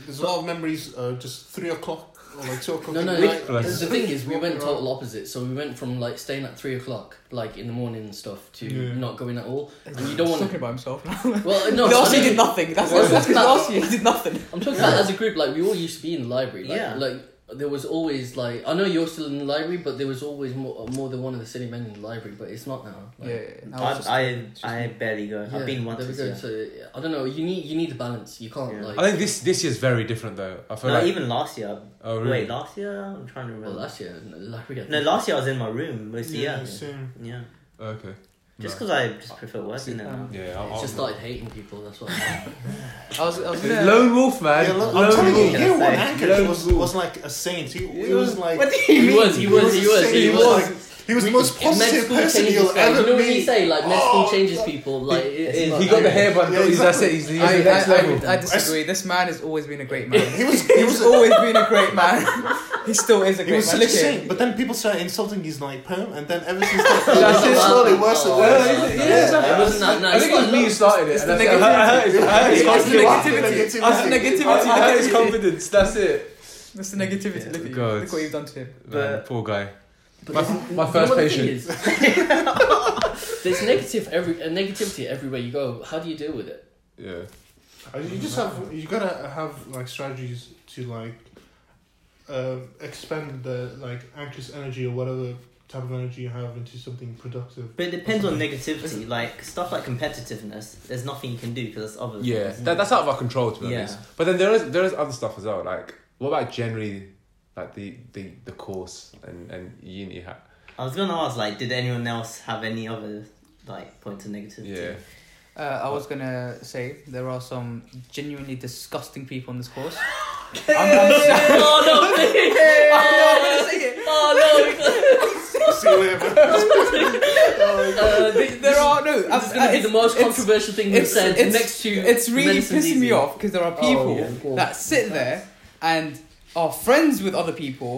[SPEAKER 3] there's a lot of memories. Uh, just three o'clock or like two o'clock.
[SPEAKER 4] No,
[SPEAKER 3] in
[SPEAKER 4] no,
[SPEAKER 3] the
[SPEAKER 4] no.
[SPEAKER 3] night.
[SPEAKER 2] Bless.
[SPEAKER 4] The thing is, we went
[SPEAKER 3] Walking
[SPEAKER 4] total opposite. So we went from like staying at three o'clock, like in the morning and stuff, to
[SPEAKER 3] Yeah.
[SPEAKER 4] not going at all. And you don't
[SPEAKER 1] He's talking
[SPEAKER 4] want to.
[SPEAKER 1] about himself now.
[SPEAKER 4] Well, no.
[SPEAKER 1] last
[SPEAKER 4] I
[SPEAKER 1] year
[SPEAKER 4] know-
[SPEAKER 1] did nothing that's
[SPEAKER 4] Well,
[SPEAKER 1] that's because
[SPEAKER 4] that-
[SPEAKER 1] last year he did nothing
[SPEAKER 4] I'm talking about as a group, like we all used to be in the library. Like,
[SPEAKER 5] Yeah.
[SPEAKER 4] Like there was always like I know you're still in the library, but there was always more, more than one of the city men in the library. But it's not now. Like,
[SPEAKER 1] Yeah, yeah, yeah. Now
[SPEAKER 5] I,
[SPEAKER 1] it's just-
[SPEAKER 5] I, I barely go. I've been once
[SPEAKER 4] there we
[SPEAKER 5] this
[SPEAKER 4] go.
[SPEAKER 5] year.
[SPEAKER 4] So I don't know. You need you need the balance. You can't
[SPEAKER 5] Yeah.
[SPEAKER 4] like.
[SPEAKER 2] I think this this year's very different though. I feel
[SPEAKER 5] no,
[SPEAKER 2] like
[SPEAKER 5] even last year.
[SPEAKER 2] oh really?
[SPEAKER 5] Wait, last year? I'm trying to
[SPEAKER 4] well,
[SPEAKER 5] remember.
[SPEAKER 4] last year, no, library. I
[SPEAKER 5] no,
[SPEAKER 4] think.
[SPEAKER 5] last year I was in my room most of the
[SPEAKER 3] yeah,
[SPEAKER 5] year.
[SPEAKER 3] same.
[SPEAKER 5] Yeah.
[SPEAKER 2] okay.
[SPEAKER 5] Just
[SPEAKER 2] No.
[SPEAKER 5] because I just prefer working there.
[SPEAKER 1] um,
[SPEAKER 2] Yeah, I'll,
[SPEAKER 4] It's
[SPEAKER 2] I'll,
[SPEAKER 4] just started hating people. That's what. I
[SPEAKER 1] I was, I was gonna.
[SPEAKER 2] Lone Wolf man.
[SPEAKER 3] Yeah, look, Mm. I'm
[SPEAKER 2] Lone
[SPEAKER 3] telling
[SPEAKER 2] Wolf.
[SPEAKER 3] you, year
[SPEAKER 5] Wolf.
[SPEAKER 3] one
[SPEAKER 5] Yeah,
[SPEAKER 3] Anchor
[SPEAKER 2] Lone
[SPEAKER 3] was,
[SPEAKER 2] Wolf.
[SPEAKER 3] was like a saint. He, he
[SPEAKER 1] Yeah.
[SPEAKER 3] was like.
[SPEAKER 5] What do you
[SPEAKER 4] He
[SPEAKER 5] mean?
[SPEAKER 4] was. He was.
[SPEAKER 3] a
[SPEAKER 4] He was.
[SPEAKER 3] saint,
[SPEAKER 4] He
[SPEAKER 3] he
[SPEAKER 4] was.
[SPEAKER 3] He was the most
[SPEAKER 4] And med
[SPEAKER 3] positive
[SPEAKER 4] school
[SPEAKER 3] person
[SPEAKER 4] changes
[SPEAKER 3] you'll
[SPEAKER 4] guys. You know
[SPEAKER 3] ever
[SPEAKER 4] what you
[SPEAKER 3] meet.
[SPEAKER 4] say? Like med school
[SPEAKER 3] Oh,
[SPEAKER 4] changes
[SPEAKER 3] God.
[SPEAKER 4] people. Like it
[SPEAKER 5] It's
[SPEAKER 4] is.
[SPEAKER 5] not
[SPEAKER 2] He got the hair button.
[SPEAKER 3] Yeah,
[SPEAKER 2] That's it. He's, he's
[SPEAKER 1] I,
[SPEAKER 2] the next
[SPEAKER 1] I, I-
[SPEAKER 2] level.
[SPEAKER 1] I disagree. This man has always been a great man.
[SPEAKER 3] He was. He
[SPEAKER 1] He's
[SPEAKER 3] was.
[SPEAKER 1] always been a great man. he still is a
[SPEAKER 3] He
[SPEAKER 1] great
[SPEAKER 3] was
[SPEAKER 1] man.
[SPEAKER 3] such a
[SPEAKER 1] Look at
[SPEAKER 3] saint,
[SPEAKER 1] him.
[SPEAKER 3] but then people started insulting his like perm, and then ever since then,
[SPEAKER 2] That's
[SPEAKER 3] it
[SPEAKER 2] it.
[SPEAKER 3] was slowly worse and
[SPEAKER 4] Oh,
[SPEAKER 3] worse.
[SPEAKER 4] no, no,
[SPEAKER 2] Yeah,
[SPEAKER 4] no.
[SPEAKER 2] exactly.
[SPEAKER 4] It wasn't that
[SPEAKER 2] I
[SPEAKER 4] nice.
[SPEAKER 2] think it was me who started it.
[SPEAKER 1] It's
[SPEAKER 2] and
[SPEAKER 1] the
[SPEAKER 2] I said, I hurt his- I hurt his
[SPEAKER 1] It's the
[SPEAKER 2] confidence.
[SPEAKER 1] negativity. It's the negativity.
[SPEAKER 2] I hurt his
[SPEAKER 1] Look at it.
[SPEAKER 2] confidence. That's it.
[SPEAKER 1] It's the negativity. Look at you.
[SPEAKER 2] God.
[SPEAKER 1] Look what you've done to him.
[SPEAKER 2] Man,
[SPEAKER 5] But-
[SPEAKER 2] poor guy.
[SPEAKER 4] But
[SPEAKER 2] My-
[SPEAKER 4] it's-
[SPEAKER 2] my
[SPEAKER 4] oh, you know
[SPEAKER 2] first
[SPEAKER 4] what the
[SPEAKER 2] patient.
[SPEAKER 4] thing is? There's negative every uh, negativity everywhere you go. How do you deal with it?
[SPEAKER 2] Yeah.
[SPEAKER 3] Uh, You just have you gotta have like strategies to like um expend the like anxious energy or whatever type of energy you have into something productive.
[SPEAKER 5] But it depends on negativity. Like stuff like competitiveness, there's nothing you can do because that's other.
[SPEAKER 2] Yeah,
[SPEAKER 5] things.
[SPEAKER 2] that, that's out of our control to be
[SPEAKER 5] Yeah.
[SPEAKER 2] honest. But then there is there is other stuff as well. Like what about generally, like the the, the course and and uni hat.
[SPEAKER 5] I was gonna ask, like, did anyone else have any other like points of negativity?
[SPEAKER 2] Yeah,
[SPEAKER 1] Uh, I was gonna say there are some genuinely disgusting people in this course.
[SPEAKER 4] oh no! please. Oh no!
[SPEAKER 3] See you later.
[SPEAKER 4] Uh, th-
[SPEAKER 1] There are no. uh,
[SPEAKER 4] This is going to be the most
[SPEAKER 1] it's-
[SPEAKER 4] controversial thing we've
[SPEAKER 1] it's-
[SPEAKER 4] said
[SPEAKER 1] it's-
[SPEAKER 4] next to.
[SPEAKER 1] It's really
[SPEAKER 4] Medicine's
[SPEAKER 1] pissing me
[SPEAKER 4] Easy.
[SPEAKER 1] off because there are
[SPEAKER 4] Oh,
[SPEAKER 1] people
[SPEAKER 4] yeah, of course.
[SPEAKER 1] that sit there and are friends with other people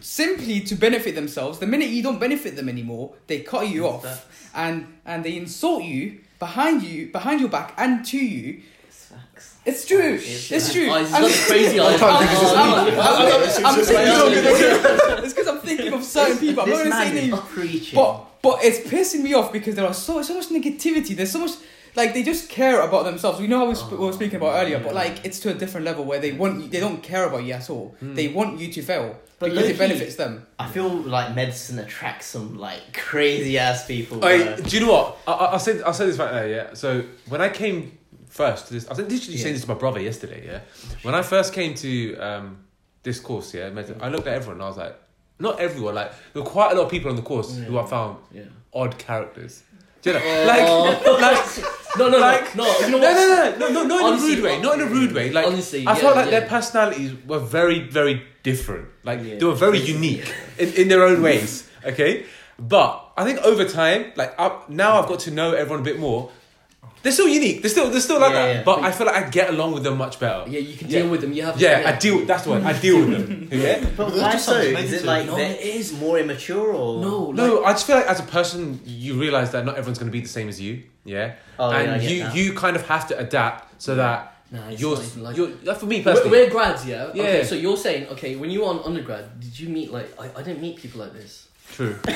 [SPEAKER 1] simply to benefit themselves. The minute you don't benefit them anymore, they cut you off
[SPEAKER 5] That's-
[SPEAKER 1] and and they insult you behind you, behind your back, and to you.
[SPEAKER 5] It's facts.
[SPEAKER 1] It's true.
[SPEAKER 5] It's-
[SPEAKER 1] it's true.
[SPEAKER 4] Oh, he's
[SPEAKER 1] I'm-
[SPEAKER 4] got the crazy eyes.
[SPEAKER 2] can't think
[SPEAKER 4] Oh,
[SPEAKER 1] I'm-
[SPEAKER 4] oh,
[SPEAKER 1] I'm-
[SPEAKER 4] oh,
[SPEAKER 1] I'm
[SPEAKER 4] oh,
[SPEAKER 1] saying
[SPEAKER 4] oh,
[SPEAKER 1] it's
[SPEAKER 4] oh,
[SPEAKER 1] It's because I'm thinking of certain people. I'm
[SPEAKER 5] this
[SPEAKER 1] not gonna say
[SPEAKER 5] man is
[SPEAKER 1] names.
[SPEAKER 5] preaching.
[SPEAKER 1] But but it's pissing me off because there are so so much negativity. There's so much like they just care about themselves. We know how we, sp- we were speaking about earlier, but like it's to a different level where they want you, they don't care about you at all. They want you to fail
[SPEAKER 5] But
[SPEAKER 1] because it
[SPEAKER 5] low-key-
[SPEAKER 1] benefits them.
[SPEAKER 5] I feel like medicine attracts some like crazy ass people.
[SPEAKER 2] I,
[SPEAKER 5] bro.
[SPEAKER 2] do you know what? I, I, I'll say I'll say this right now. Yeah. So when I came first to this, I was literally
[SPEAKER 5] Yeah.
[SPEAKER 2] saying this to my brother yesterday. Yeah. When I first came to um this course, yeah, med- I looked at everyone and I was like, not everyone. Like there were quite a lot of people on the course who I found
[SPEAKER 4] Yeah.
[SPEAKER 2] odd characters. Do you know?
[SPEAKER 4] Oh.
[SPEAKER 2] Like like.
[SPEAKER 4] No, no, no,
[SPEAKER 2] Like-
[SPEAKER 4] no. You know
[SPEAKER 2] No,
[SPEAKER 4] what?
[SPEAKER 2] no, no, no, no, not
[SPEAKER 4] Honestly,
[SPEAKER 2] in a rude way. Not in a rude way. Like
[SPEAKER 4] honestly,
[SPEAKER 2] I
[SPEAKER 4] yeah,
[SPEAKER 2] felt like
[SPEAKER 4] yeah.
[SPEAKER 2] their personalities were very, very different. Like
[SPEAKER 5] Yeah.
[SPEAKER 2] they were very unique in, in their own ways. Okay, but I think over time, like up now, I've got to know everyone a bit more. They're still unique. They're still they're still like
[SPEAKER 5] Yeah,
[SPEAKER 2] that.
[SPEAKER 5] yeah.
[SPEAKER 2] But I feel like I get along with them much better.
[SPEAKER 4] Yeah, you can
[SPEAKER 2] Yeah.
[SPEAKER 4] deal with them. You have.
[SPEAKER 2] Yeah, I deal. That's what I deal with them. Yeah.
[SPEAKER 3] Bro, that
[SPEAKER 5] Why
[SPEAKER 3] just
[SPEAKER 5] so?
[SPEAKER 3] sounds
[SPEAKER 5] Is
[SPEAKER 3] negative.
[SPEAKER 5] it like
[SPEAKER 4] No,
[SPEAKER 5] that
[SPEAKER 4] it is.
[SPEAKER 5] more immature or
[SPEAKER 4] No, like,
[SPEAKER 2] No, I just feel like as a person, you realize that not everyone's going to be the same as you. Yeah.
[SPEAKER 5] Oh, yeah, I
[SPEAKER 2] and
[SPEAKER 5] get
[SPEAKER 2] you
[SPEAKER 5] that.
[SPEAKER 2] you kind of have to adapt so that
[SPEAKER 4] Nah, it's
[SPEAKER 2] you're,
[SPEAKER 4] not even like
[SPEAKER 2] you're like, for me
[SPEAKER 4] We're,
[SPEAKER 2] personally.
[SPEAKER 4] we're grads, yeah. Okay,
[SPEAKER 2] Yeah.
[SPEAKER 4] so you're saying, okay, when you were on undergrad, did you meet like I, I didn't meet people like this.
[SPEAKER 2] True.
[SPEAKER 3] Well,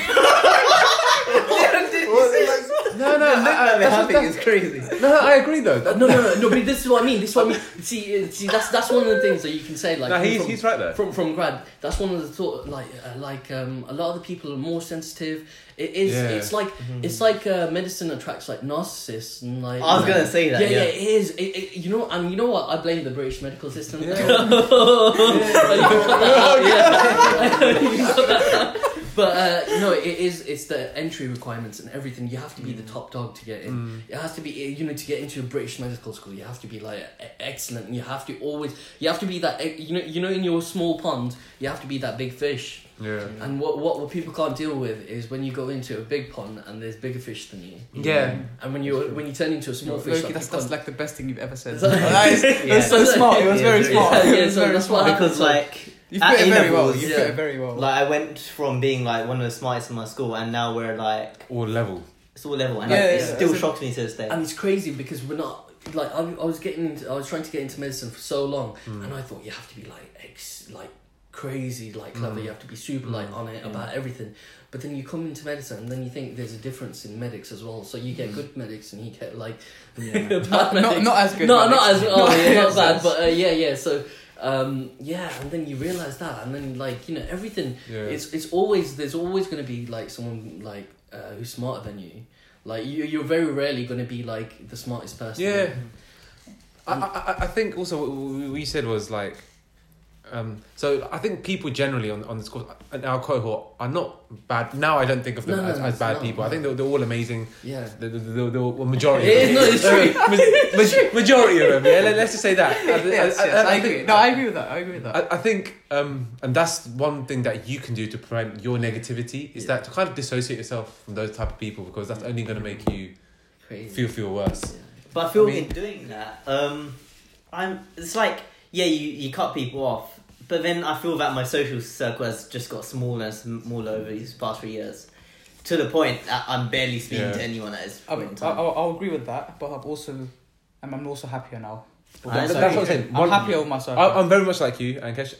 [SPEAKER 3] like,
[SPEAKER 2] No, no, I- I- that's what- that's-
[SPEAKER 5] crazy.
[SPEAKER 2] no, no, I agree though. That-
[SPEAKER 4] Uh, No, no, no, no. But this is what I mean. This is what I mean. See, uh, see, that's that's one of the things that you can say. Like,
[SPEAKER 2] no,
[SPEAKER 4] coming
[SPEAKER 2] he's,
[SPEAKER 4] from,
[SPEAKER 2] he's right there.
[SPEAKER 4] from from grad. That's one of the thought. Like, uh, like um, a lot of the people are more sensitive. It is.
[SPEAKER 2] Yeah.
[SPEAKER 4] It's like it's like uh, medicine attracts like narcissists and like.
[SPEAKER 5] I was
[SPEAKER 4] like-
[SPEAKER 5] gonna say
[SPEAKER 4] Yeah,
[SPEAKER 5] that.
[SPEAKER 4] yeah,
[SPEAKER 5] Yeah,
[SPEAKER 4] it is. It, it, you know, and you know what? I blame the British medical system. Oh,
[SPEAKER 2] Yeah.
[SPEAKER 4] You got that out, yeah. You got that out. But uh, no, it is. It's the entry requirements and everything. You have to be the top dog to get in.
[SPEAKER 2] Mm.
[SPEAKER 4] It has to be, you know, to get into a British medical school, you have to be like e- excellent. And you have to always, you have to be that, e- you know, you know, in your small pond, you have to be that big fish.
[SPEAKER 2] Yeah.
[SPEAKER 4] And what what, what people can't deal with is when you go into a big pond and there's bigger fish than you.
[SPEAKER 2] Yeah.
[SPEAKER 4] And when you when you turn into a small
[SPEAKER 1] Loki,
[SPEAKER 4] fish, like
[SPEAKER 1] that's,
[SPEAKER 4] you
[SPEAKER 1] that's
[SPEAKER 4] can't-
[SPEAKER 1] like the best thing you've ever said.
[SPEAKER 4] Is that-
[SPEAKER 1] That is- it was
[SPEAKER 5] Yeah.
[SPEAKER 1] so smart. It was
[SPEAKER 5] Yeah,
[SPEAKER 1] very
[SPEAKER 5] yeah,
[SPEAKER 1] smart.
[SPEAKER 4] yeah,
[SPEAKER 1] It was
[SPEAKER 4] so
[SPEAKER 1] very
[SPEAKER 4] that's
[SPEAKER 1] smart.
[SPEAKER 4] what
[SPEAKER 5] because
[SPEAKER 4] So-
[SPEAKER 5] like
[SPEAKER 1] You
[SPEAKER 5] at
[SPEAKER 1] fit it very well.
[SPEAKER 5] intervals,
[SPEAKER 1] You
[SPEAKER 4] yeah.
[SPEAKER 1] fit it very well.
[SPEAKER 5] like I went from being like one of the smartest in my school, and now we're like
[SPEAKER 2] Or level.
[SPEAKER 5] it's all level, and
[SPEAKER 1] Yeah,
[SPEAKER 5] like, it
[SPEAKER 1] yeah, yeah.
[SPEAKER 5] still
[SPEAKER 1] It's a-
[SPEAKER 5] shocks me to this day.
[SPEAKER 4] and it's crazy because we're not like I, I was getting into, I was trying to get into medicine for so long
[SPEAKER 1] Hmm.
[SPEAKER 4] and I thought you have to be like ex like crazy like clever
[SPEAKER 1] Hmm.
[SPEAKER 4] you have to be super like on it about everything but then you come into medicine and then you think there's a difference in medics as well so you get good medics and you get like bad
[SPEAKER 1] Hmm. not,
[SPEAKER 4] medics
[SPEAKER 1] not as good.
[SPEAKER 4] no
[SPEAKER 1] Alex.
[SPEAKER 4] not as oh,
[SPEAKER 1] Not
[SPEAKER 4] yeah, not
[SPEAKER 1] as-
[SPEAKER 4] bad but uh, yeah yeah so Um, yeah, and then you realize that, and then like you know everything.
[SPEAKER 2] Yeah.
[SPEAKER 4] It's it's always there's always gonna be like someone like uh, who's smarter than you. Like you, you're very rarely gonna be like the smartest person.
[SPEAKER 2] yeah. I, I, I- I think also what we- we said was like, um, so I think people generally on, on this course, in our cohort, are not bad. Now I don't think of them
[SPEAKER 4] No, no,
[SPEAKER 2] as,
[SPEAKER 4] no,
[SPEAKER 2] as
[SPEAKER 4] it's
[SPEAKER 2] bad
[SPEAKER 4] not.
[SPEAKER 2] people. I think they're, they're all amazing.
[SPEAKER 4] Yeah.
[SPEAKER 2] The, the, the, the, the majority
[SPEAKER 4] It is-
[SPEAKER 2] of
[SPEAKER 4] no,
[SPEAKER 2] them.
[SPEAKER 4] it's true.
[SPEAKER 2] Ma- majority of them, yeah. Let, us just say that. I, thi-
[SPEAKER 1] Yes,
[SPEAKER 2] I- I-
[SPEAKER 1] yes,
[SPEAKER 2] I
[SPEAKER 1] I
[SPEAKER 2] think-
[SPEAKER 1] agree. No, I agree with that. I agree with that.
[SPEAKER 2] I, I think, um, and that's one thing that you can do to prevent your negativity is
[SPEAKER 4] Yeah.
[SPEAKER 2] that to kind of dissociate yourself from those type of people because that's only going to make you
[SPEAKER 4] Crazy.
[SPEAKER 2] feel feel worse.
[SPEAKER 5] But I feel
[SPEAKER 2] I mean-
[SPEAKER 5] in doing that, um, I'm. It's like yeah, you, you cut people off, but then I feel that my social circle has just got smaller and smaller over these past three years, to the point that I'm barely speaking
[SPEAKER 2] Yeah.
[SPEAKER 5] to anyone at this
[SPEAKER 1] I
[SPEAKER 5] point.
[SPEAKER 1] mean,
[SPEAKER 5] in
[SPEAKER 1] I,
[SPEAKER 5] time.
[SPEAKER 1] I'll, I'll agree with that, but I've also, I'm, I'm also happier now.
[SPEAKER 5] I
[SPEAKER 1] I'm
[SPEAKER 5] know.
[SPEAKER 2] That's what I'm
[SPEAKER 1] happy-
[SPEAKER 2] saying.
[SPEAKER 1] I'm
[SPEAKER 2] One-
[SPEAKER 1] happier with myself.
[SPEAKER 2] I, I'm very much like you, Ankesh.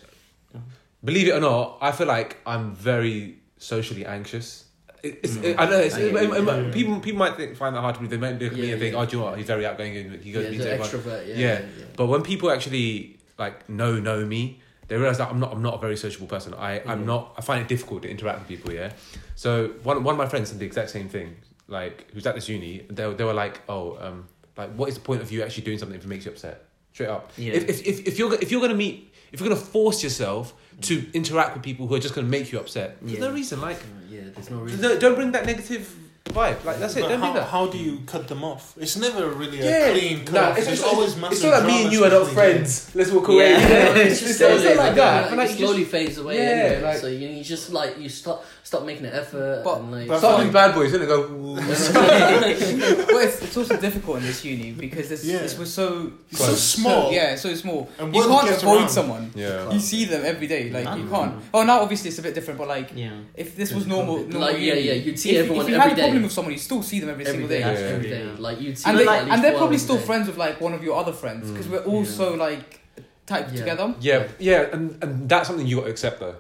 [SPEAKER 2] Believe it or not, I feel like I'm very socially anxious. It- It's, it- I know it's,
[SPEAKER 4] Mm. I get
[SPEAKER 2] it-
[SPEAKER 4] you.
[SPEAKER 2] it-
[SPEAKER 3] Yeah.
[SPEAKER 2] people people might think, find that hard to believe. They might look at me
[SPEAKER 4] Yeah,
[SPEAKER 2] and think,
[SPEAKER 4] yeah.
[SPEAKER 2] "Oh, do you know what? He's very outgoing. and He goes
[SPEAKER 4] Yeah,
[SPEAKER 2] meets
[SPEAKER 4] the
[SPEAKER 2] everyone."
[SPEAKER 4] extrovert. Yeah.
[SPEAKER 2] Yeah.
[SPEAKER 4] yeah. yeah.
[SPEAKER 2] But when people actually like know know me, they realize that I'm not I'm not a very sociable person. I
[SPEAKER 3] Mm.
[SPEAKER 2] I'm not. I find it difficult to interact with people. Yeah. So one one of my friends said the exact same thing. Like who's at this uni? They were- they were like, oh, um, like what is the point of you actually doing something if it makes you upset? Straight up.
[SPEAKER 5] Yeah.
[SPEAKER 2] If, if, if, if you're go- if you're gonna meet if you're gonna force yourself to
[SPEAKER 3] Mm.
[SPEAKER 2] interact with people who are just gonna make you upset, there's no
[SPEAKER 4] Yeah.
[SPEAKER 2] reason. Like,
[SPEAKER 4] Yeah, there's no
[SPEAKER 2] there's
[SPEAKER 4] reason.
[SPEAKER 2] no, don't bring that negative vibe. Like that's it.
[SPEAKER 3] But
[SPEAKER 2] Don't
[SPEAKER 3] how,
[SPEAKER 2] bring that.
[SPEAKER 3] how do you cut them off? It's never really a
[SPEAKER 2] Yeah.
[SPEAKER 3] clean cut
[SPEAKER 2] Nah,
[SPEAKER 3] off.
[SPEAKER 2] it's,
[SPEAKER 3] There's
[SPEAKER 2] just,
[SPEAKER 3] always
[SPEAKER 2] it's,
[SPEAKER 3] massive
[SPEAKER 2] it's not that me and you are
[SPEAKER 3] dramas
[SPEAKER 2] not
[SPEAKER 3] between
[SPEAKER 2] friends. Let's walk away.
[SPEAKER 5] Yeah.
[SPEAKER 4] it's just
[SPEAKER 2] not-
[SPEAKER 4] slowly,
[SPEAKER 2] not like that, but
[SPEAKER 4] Like,
[SPEAKER 2] like
[SPEAKER 4] it
[SPEAKER 2] you
[SPEAKER 4] slowly fades away.
[SPEAKER 2] Yeah,
[SPEAKER 4] anyway.
[SPEAKER 2] like-
[SPEAKER 4] so you, you just like you stop stop making an effort.
[SPEAKER 1] But-
[SPEAKER 4] and, like,
[SPEAKER 3] but-
[SPEAKER 2] Start with bad boys, and they go. "Ooh."
[SPEAKER 1] well, it's, it's also difficult in this uni because it's,
[SPEAKER 3] Yeah.
[SPEAKER 1] it's, we're so
[SPEAKER 3] It's so
[SPEAKER 1] so-
[SPEAKER 3] small.
[SPEAKER 1] yeah, so small.
[SPEAKER 3] And
[SPEAKER 1] you
[SPEAKER 3] word
[SPEAKER 1] can't
[SPEAKER 3] gets
[SPEAKER 1] avoid
[SPEAKER 3] around.
[SPEAKER 1] someone.
[SPEAKER 2] yeah.
[SPEAKER 1] You see them every day. Like you
[SPEAKER 5] Mhm.
[SPEAKER 1] can't. Oh, now obviously it's a bit different, but like
[SPEAKER 5] yeah.
[SPEAKER 1] if this was normal, normal
[SPEAKER 4] Like, yeah,
[SPEAKER 1] uni,
[SPEAKER 4] yeah, you'd see
[SPEAKER 1] if,
[SPEAKER 4] everyone
[SPEAKER 1] If you
[SPEAKER 4] every
[SPEAKER 1] had a
[SPEAKER 4] day.
[SPEAKER 1] problem with someone, you still see them every,
[SPEAKER 4] every
[SPEAKER 1] single
[SPEAKER 4] day,
[SPEAKER 1] day.
[SPEAKER 2] Yeah.
[SPEAKER 4] every day.
[SPEAKER 5] Yeah.
[SPEAKER 4] Like you'd see
[SPEAKER 1] And,
[SPEAKER 4] them
[SPEAKER 1] they,
[SPEAKER 4] at least
[SPEAKER 1] and they're
[SPEAKER 4] once
[SPEAKER 1] probably
[SPEAKER 4] a
[SPEAKER 1] still
[SPEAKER 4] day.
[SPEAKER 1] friends with like one of your other friends because we're all so like typed
[SPEAKER 4] Mm, Yeah.
[SPEAKER 1] together.
[SPEAKER 2] Yeah, yeah, and, and that's something you got to accept though.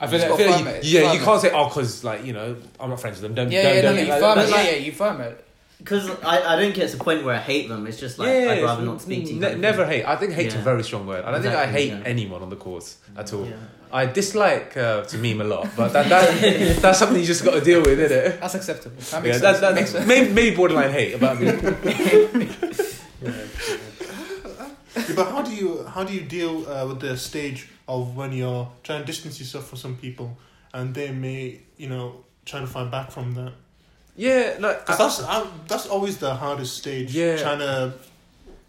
[SPEAKER 2] I feel,
[SPEAKER 1] It's
[SPEAKER 2] like, I
[SPEAKER 1] got
[SPEAKER 2] feel like
[SPEAKER 1] firm it, it's
[SPEAKER 2] you, yeah,
[SPEAKER 1] firm
[SPEAKER 2] you
[SPEAKER 1] it.
[SPEAKER 2] can't say oh, cause like you know I'm not friends with them. Don't,
[SPEAKER 1] Yeah,
[SPEAKER 2] don't,
[SPEAKER 1] yeah, no,
[SPEAKER 2] don't
[SPEAKER 1] no, you
[SPEAKER 2] like,
[SPEAKER 1] firm
[SPEAKER 2] that's
[SPEAKER 1] it.
[SPEAKER 2] like-
[SPEAKER 1] Yeah, yeah, you firm it.
[SPEAKER 5] Because I, I don't get to the point where I hate them. It's just like
[SPEAKER 2] yeah,
[SPEAKER 5] I'd
[SPEAKER 2] it's-
[SPEAKER 5] rather not speak to you.
[SPEAKER 2] ne- never hate. I think hate's a
[SPEAKER 5] Yeah.
[SPEAKER 2] very strong word. I don't
[SPEAKER 5] Exactly,
[SPEAKER 2] think I hate
[SPEAKER 5] yeah.
[SPEAKER 2] anyone on the course at all.
[SPEAKER 5] Yeah.
[SPEAKER 2] I dislike uh, to meme a lot, but that, that that's something you just got to deal with, isn't it?
[SPEAKER 1] That's acceptable. That makes
[SPEAKER 2] Yeah,
[SPEAKER 1] sense.
[SPEAKER 2] that's, that's maybe, maybe borderline hate about me.
[SPEAKER 3] Yeah, but how do you how do you deal uh, with the stage of when you're trying to distance yourself from some people and they may you know try to find back from that?
[SPEAKER 2] Yeah, like
[SPEAKER 3] 'Cause that's I, that's always the hardest stage.
[SPEAKER 2] Yeah.
[SPEAKER 3] trying to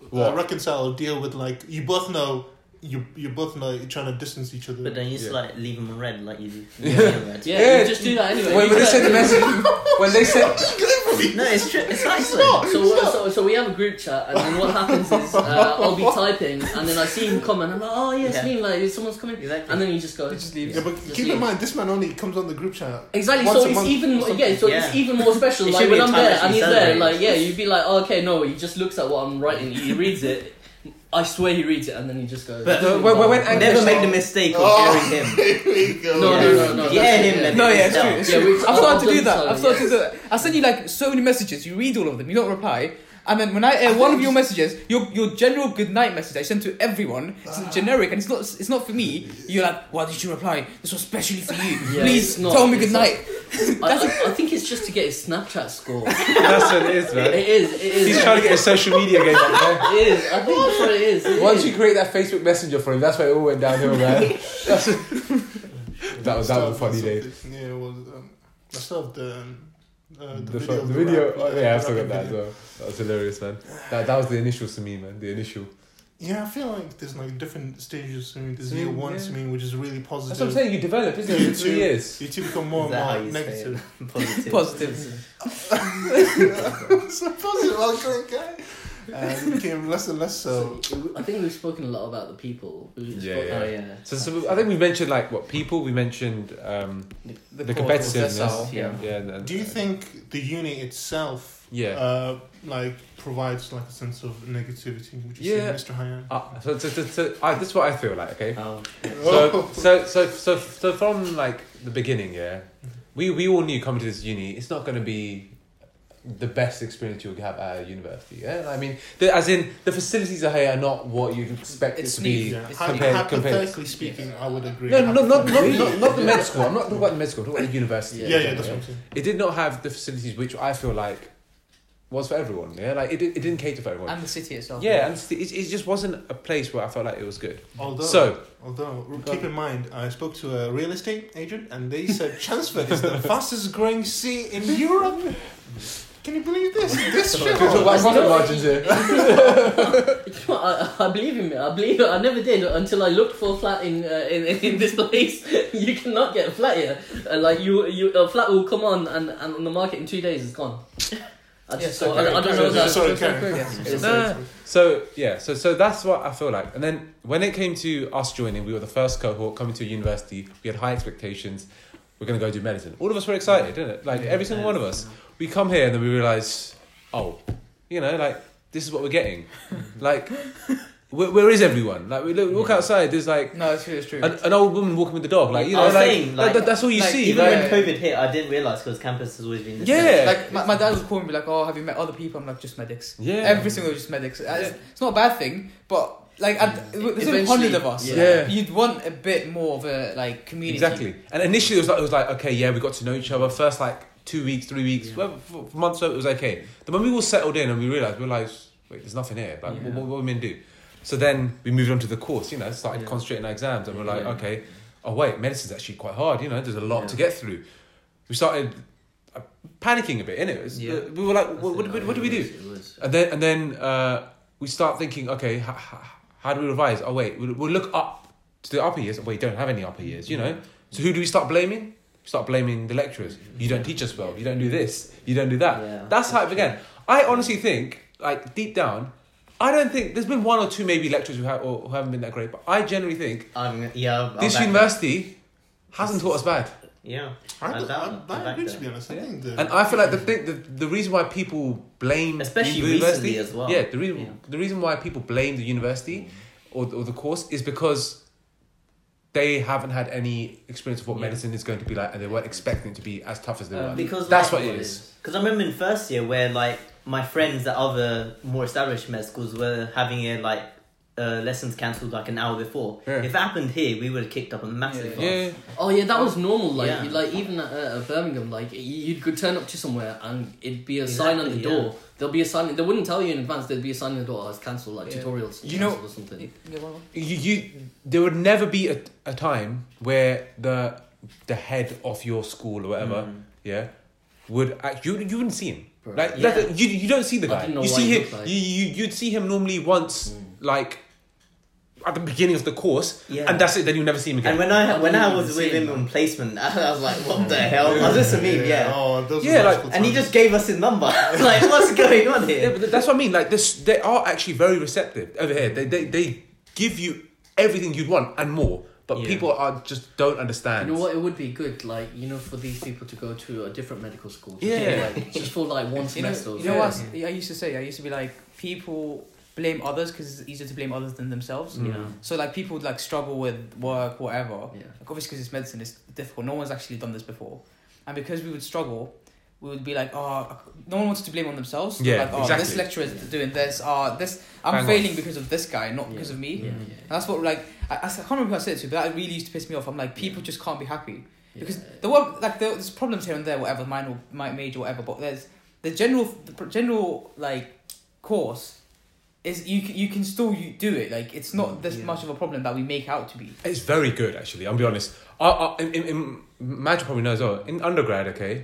[SPEAKER 2] What?
[SPEAKER 3] uh, reconcile, deal with like you both know you you both know you're trying to distance each other.
[SPEAKER 5] But don't you just
[SPEAKER 2] Yeah.
[SPEAKER 5] like leave them on red like you do?
[SPEAKER 2] Yeah.
[SPEAKER 5] red.
[SPEAKER 4] Yeah,
[SPEAKER 2] Yeah.
[SPEAKER 4] you just do that anyway.
[SPEAKER 2] when,
[SPEAKER 4] You
[SPEAKER 2] when they
[SPEAKER 4] do
[SPEAKER 2] sent
[SPEAKER 4] that
[SPEAKER 2] the
[SPEAKER 4] anyway.
[SPEAKER 2] message, when they sent
[SPEAKER 5] No, it's true. It's nice.
[SPEAKER 4] So, what- so, so we have a group chat, and then what happens is uh, I'll be typing, and then I see him come, and I'm like, oh yes,
[SPEAKER 5] Yeah.
[SPEAKER 4] me, like someone's coming,
[SPEAKER 5] Exactly.
[SPEAKER 4] and then he just goes.
[SPEAKER 1] You just leave.
[SPEAKER 3] yeah, but
[SPEAKER 4] Just
[SPEAKER 3] keep
[SPEAKER 4] leave.
[SPEAKER 3] in mind this man only comes on the group chat.
[SPEAKER 4] Exactly,
[SPEAKER 3] Once
[SPEAKER 4] so
[SPEAKER 3] a
[SPEAKER 4] it's
[SPEAKER 3] month
[SPEAKER 4] even
[SPEAKER 3] or
[SPEAKER 4] more,
[SPEAKER 3] something.
[SPEAKER 4] yeah, so it's
[SPEAKER 5] Yeah.
[SPEAKER 4] even more special.
[SPEAKER 5] It
[SPEAKER 4] like
[SPEAKER 5] should be
[SPEAKER 4] when
[SPEAKER 5] a
[SPEAKER 4] I'm
[SPEAKER 5] time
[SPEAKER 4] there
[SPEAKER 5] that
[SPEAKER 4] and
[SPEAKER 5] you
[SPEAKER 4] he's there,
[SPEAKER 5] celebrate.
[SPEAKER 4] like yeah, you'd be like, oh, okay, no, he just looks at what I'm writing, he reads it. I swear he reads it, and then he just goes.
[SPEAKER 5] But-
[SPEAKER 2] No, when- when- when
[SPEAKER 4] Yeah,
[SPEAKER 2] Ankesh-
[SPEAKER 5] Never make the mistake of
[SPEAKER 3] Oh.
[SPEAKER 5] airing him.
[SPEAKER 3] Here we go.
[SPEAKER 4] No, no, no, no.
[SPEAKER 5] Yeah,
[SPEAKER 4] that's-
[SPEAKER 5] him. Then
[SPEAKER 1] No, yeah, it's true. It's
[SPEAKER 4] Yeah,
[SPEAKER 1] true.
[SPEAKER 4] we-
[SPEAKER 1] I've
[SPEAKER 4] I've
[SPEAKER 1] started to do
[SPEAKER 4] done
[SPEAKER 1] that.
[SPEAKER 4] so,
[SPEAKER 1] I've started to do that. I send you like so many messages. You read all of them. You don't reply. And then when I air one of your messages, your your general good night message I send to everyone, it's
[SPEAKER 4] Ah.
[SPEAKER 1] generic and it's not it's not for me. You're like, why did you reply? This was specially for you.
[SPEAKER 4] Yeah,
[SPEAKER 1] Please
[SPEAKER 4] it's not-
[SPEAKER 1] tell me
[SPEAKER 4] it's
[SPEAKER 1] good
[SPEAKER 4] not-
[SPEAKER 1] night.
[SPEAKER 4] I, I, I think it's just to get his Snapchat score.
[SPEAKER 2] that's what it is, man.
[SPEAKER 4] It is. It is.
[SPEAKER 2] He's trying to get his social media game up there.
[SPEAKER 4] It is. I think that's what it is. It
[SPEAKER 2] Once
[SPEAKER 4] is.
[SPEAKER 2] you create that Facebook Messenger for him, that's where it all went downhill, man. That's- Oh, that was that was a funny day.
[SPEAKER 3] Yeah, it was. Um, I still have the, um, uh, the,
[SPEAKER 2] The,
[SPEAKER 3] video.
[SPEAKER 2] video,
[SPEAKER 3] of
[SPEAKER 2] the video
[SPEAKER 3] rap,
[SPEAKER 2] oh, yeah, I've still
[SPEAKER 3] the
[SPEAKER 2] got that
[SPEAKER 3] video.
[SPEAKER 2] as well. That was hilarious, man. That, that was the initials to me, man. The initial.
[SPEAKER 3] Yeah, I feel like there's like different stages. I mean, there's
[SPEAKER 2] Swimming,
[SPEAKER 3] year one
[SPEAKER 2] yeah.
[SPEAKER 3] swimming, which is really positive.
[SPEAKER 2] That's what I'm saying. You develop, isn't it?
[SPEAKER 3] You
[SPEAKER 2] In three
[SPEAKER 3] too.
[SPEAKER 2] years.
[SPEAKER 3] You two become more
[SPEAKER 5] Is
[SPEAKER 3] and
[SPEAKER 5] that how
[SPEAKER 3] more
[SPEAKER 5] you say
[SPEAKER 3] negative.
[SPEAKER 5] it? Positive.
[SPEAKER 1] Positive.
[SPEAKER 3] it's a positive, I'm a great guy. And Uh, it became less and less so.
[SPEAKER 4] I think we've spoken a lot about the people. We've
[SPEAKER 2] Yeah,
[SPEAKER 4] spoken-
[SPEAKER 2] yeah.
[SPEAKER 4] Oh, yeah.
[SPEAKER 2] So, so I think we mentioned like what people. We mentioned um, the, competitiveness.
[SPEAKER 1] Yeah.
[SPEAKER 2] Yeah. and- and-
[SPEAKER 3] Do you think the uni itself,
[SPEAKER 2] Yeah.
[SPEAKER 3] uh, like provides like a sense of negativity? Would you
[SPEAKER 2] Yeah.
[SPEAKER 3] say, Mr. Hayan?
[SPEAKER 2] Uh, so, so, so, so I, this is what I feel like. Okay.
[SPEAKER 5] Oh.
[SPEAKER 4] Um,
[SPEAKER 2] so, so, so, so, so from like the beginning, yeah, we we all knew coming to this uni, it's not going to be the best experience you would have at a university. Yeah? I mean, the, as in the facilities are here are not what you'd expect it
[SPEAKER 1] It's
[SPEAKER 2] to be.
[SPEAKER 1] neat.
[SPEAKER 3] Yeah.
[SPEAKER 1] It's
[SPEAKER 3] Hy-
[SPEAKER 2] compared-
[SPEAKER 3] hypothetically speaking, I would agree.
[SPEAKER 2] No, no, not, not,
[SPEAKER 3] Hypothetically.
[SPEAKER 2] not, not the med school. I'm not talking about the med school. I'm talking about the university.
[SPEAKER 3] Yeah, yeah, that's what I'm saying.
[SPEAKER 2] It did not have the facilities which I feel like was for everyone. Yeah, like it, did- it didn't cater for everyone.
[SPEAKER 1] and the city itself.
[SPEAKER 2] yeah, and it's- it, it just wasn't a place where I felt like it was good.
[SPEAKER 3] Although,
[SPEAKER 2] So,
[SPEAKER 3] although keep in mind, I spoke to a real estate agent, and they said transfer is the fastest growing sea in Europe. Can you believe this? This shit.
[SPEAKER 2] Talk about
[SPEAKER 4] That's
[SPEAKER 2] profit
[SPEAKER 4] not-
[SPEAKER 2] margins here.
[SPEAKER 4] I, I believe in it. I believe it. I never did until I looked for a flat in uh, in, in this place. you cannot get a flat here. Uh, like you, you a flat will come on and, and on the market in two days it's gone. I just
[SPEAKER 1] Yes,
[SPEAKER 4] so
[SPEAKER 1] okay.
[SPEAKER 4] I, I don't know that.
[SPEAKER 3] Sorry,
[SPEAKER 1] Yes.
[SPEAKER 2] Nah. So yeah, so so that's what I feel like. And then when it came to us joining, we were the first cohort coming to university. We had high expectations. We're gonna go do medicine. All of us were excited, didn't it? Like every single one of us. We come here and then we realize, oh, you know, like this is what we're getting. like, where, where is everyone? Like we look, walk outside. There's like
[SPEAKER 1] No, it's true. It's true.
[SPEAKER 2] an, an old woman walking with the dog. Like you
[SPEAKER 5] I
[SPEAKER 2] know, like,
[SPEAKER 5] was saying,
[SPEAKER 2] that-
[SPEAKER 5] like-
[SPEAKER 2] that- that's all you
[SPEAKER 1] like,
[SPEAKER 2] see.
[SPEAKER 5] Even
[SPEAKER 2] like-
[SPEAKER 5] when COVID hit, I didn't realize because campus has always been. The
[SPEAKER 2] Yeah.
[SPEAKER 5] Same.
[SPEAKER 1] like my, my dad would call me be like, "Oh, have you met other people?" I'm like, "Just medics."
[SPEAKER 2] Yeah.
[SPEAKER 1] Every single just medics. Uh, It's, it's not a bad thing, but like, at, there's only hundred
[SPEAKER 4] Eventually,
[SPEAKER 1] of us.
[SPEAKER 2] yeah.
[SPEAKER 1] You'd want a bit more of a like community.
[SPEAKER 2] Exactly. And initially it was like, it was like okay, yeah, we got to know each other. First like two weeks, three weeks, whatever, f- f- months over, it was okay. The moment we all settled in and we realised, we realised, wait, there's nothing here. Like, what, what, what are we meant to do? So then we moved on to the course, you know, started
[SPEAKER 5] Yeah.
[SPEAKER 2] concentrating on exams and we're like,
[SPEAKER 4] Yeah.
[SPEAKER 2] okay, oh wait, medicine's actually quite hard, you know, there's a lot
[SPEAKER 5] Yeah.
[SPEAKER 2] to get through. We started uh, panicking a bit, innit?
[SPEAKER 5] Yeah.
[SPEAKER 2] it. uh, We were like, what, what, what, what do we do? And then and then uh, we start thinking, okay, h- h- how do we revise? Oh wait, we'll, we'll look up to the upper years. We don't have any upper years, you know. So who do we start blaming? We start blaming the lecturers. You don't teach us well. You don't do this. You don't do that.
[SPEAKER 5] Yeah,
[SPEAKER 2] that's how it began. I honestly think, like deep down, I don't think there's been one or two maybe lecturers who, ha- or, who haven't been that great. But I generally think
[SPEAKER 5] I'm, yeah, I'll
[SPEAKER 2] this
[SPEAKER 5] back it.
[SPEAKER 2] university hasn't taught us bad.
[SPEAKER 5] Yeah,
[SPEAKER 3] I,
[SPEAKER 5] I
[SPEAKER 3] I,
[SPEAKER 5] doubt it. I
[SPEAKER 3] I, I agree
[SPEAKER 5] doubt
[SPEAKER 3] to be
[SPEAKER 5] it.
[SPEAKER 3] honest. I think the,
[SPEAKER 2] And I feel like the thing, the, the reason why people blame
[SPEAKER 5] Especially
[SPEAKER 2] the university,
[SPEAKER 5] recently as well.
[SPEAKER 2] Yeah, the reason
[SPEAKER 5] Yeah. Mm.
[SPEAKER 2] the reason why people blame the university or or the course is because they haven't had any experience of what medicine is going to be like, and they weren't expecting it to be as tough as they were.
[SPEAKER 5] Uh, because
[SPEAKER 2] that's
[SPEAKER 5] like-
[SPEAKER 2] what it is.
[SPEAKER 5] Because I remember in first year where like my friends at other more established med schools were having a like uh, lessons cancelled like an hour before.
[SPEAKER 2] Yeah.
[SPEAKER 5] If it happened here, we would have kicked up a massive.
[SPEAKER 2] Yeah,
[SPEAKER 5] fuss.
[SPEAKER 2] yeah.
[SPEAKER 4] Oh yeah, that was normal. Like
[SPEAKER 5] Yeah.
[SPEAKER 4] like even at, uh, at Birmingham, like you, you could turn up to somewhere and it'd be a sign on the
[SPEAKER 5] Exactly, yeah.
[SPEAKER 4] door. There'll be a sign. They wouldn't tell you in advance. There'd be a sign on the door. Oh, it's cancelled. Like
[SPEAKER 1] Yeah.
[SPEAKER 4] tutorials.
[SPEAKER 1] You know-
[SPEAKER 4] cancelled or something.
[SPEAKER 1] Yeah, well,
[SPEAKER 2] you, you there would never be a, a time where the the head of your school or whatever,
[SPEAKER 4] Hmm.
[SPEAKER 2] yeah, would act, you you wouldn't see him.
[SPEAKER 4] Bro.
[SPEAKER 2] Like
[SPEAKER 5] Yeah.
[SPEAKER 2] that- you you don't see the
[SPEAKER 4] I
[SPEAKER 2] guy.
[SPEAKER 4] didn't know
[SPEAKER 2] You
[SPEAKER 4] what
[SPEAKER 2] see
[SPEAKER 4] he
[SPEAKER 2] him.
[SPEAKER 4] looked like. Hmm.
[SPEAKER 2] You, you you'd see him normally once like at the beginning of the course,
[SPEAKER 5] Yeah.
[SPEAKER 2] and that's it. Then you never see him again.
[SPEAKER 5] And when I
[SPEAKER 4] I
[SPEAKER 5] when
[SPEAKER 4] didn't
[SPEAKER 5] I
[SPEAKER 4] even
[SPEAKER 5] was
[SPEAKER 4] see
[SPEAKER 5] with
[SPEAKER 4] him,
[SPEAKER 5] him
[SPEAKER 4] though.
[SPEAKER 5] on placement, I was like, what the hell? I was just a meme, yeah.
[SPEAKER 3] Oh, those
[SPEAKER 2] Yeah,
[SPEAKER 3] were
[SPEAKER 2] like-
[SPEAKER 3] school
[SPEAKER 5] And he
[SPEAKER 3] times.
[SPEAKER 5] just gave us his number. like, what's going on
[SPEAKER 2] yeah,
[SPEAKER 5] here?
[SPEAKER 2] but that's what I mean. Like this, they are actually very receptive over here. They they, they give you everything you'd want and more, but
[SPEAKER 5] Yeah.
[SPEAKER 2] people are just don't understand.
[SPEAKER 4] You know what? It would be good, like you know, for these people to go to a different medical school. to
[SPEAKER 2] Yeah.
[SPEAKER 4] do, like, just for like one
[SPEAKER 1] you know,
[SPEAKER 4] semester. or
[SPEAKER 1] you know
[SPEAKER 4] something.
[SPEAKER 1] what I, I used to say? I used to be like, people blame others because it's easier to blame others than themselves.
[SPEAKER 2] Mm.
[SPEAKER 4] Yeah.
[SPEAKER 1] So like people would like struggle with work, whatever.
[SPEAKER 4] Yeah.
[SPEAKER 1] Like obviously because it's medicine, it's difficult. No one's actually done this before, and because we would struggle, we would be like, oh, no one wants to blame on themselves.
[SPEAKER 2] Yeah,
[SPEAKER 1] like, oh, This
[SPEAKER 2] exactly.
[SPEAKER 1] lecturer is doing this. Ah, this I'm
[SPEAKER 2] Bang on.
[SPEAKER 1] failing because of this guy, not
[SPEAKER 4] Yeah.
[SPEAKER 1] because of me. Uh,
[SPEAKER 4] Yeah, yeah.
[SPEAKER 1] And that's what like I, I can't remember who I said it to, but that really used to piss me off. I'm like, people just can't be happy because
[SPEAKER 4] Yeah.
[SPEAKER 1] there were like there- there's problems here and there, whatever minor, or mi- major, whatever. But there's the general, the pr- general like course is you c- you can still you do it. Like it's not
[SPEAKER 4] Mm,
[SPEAKER 1] this
[SPEAKER 5] Yeah.
[SPEAKER 1] much of a problem that we make out to be.
[SPEAKER 2] It's very good, actually. I'll be honest. I, I, in, in, in, Madge probably knows as well. In undergrad, okay,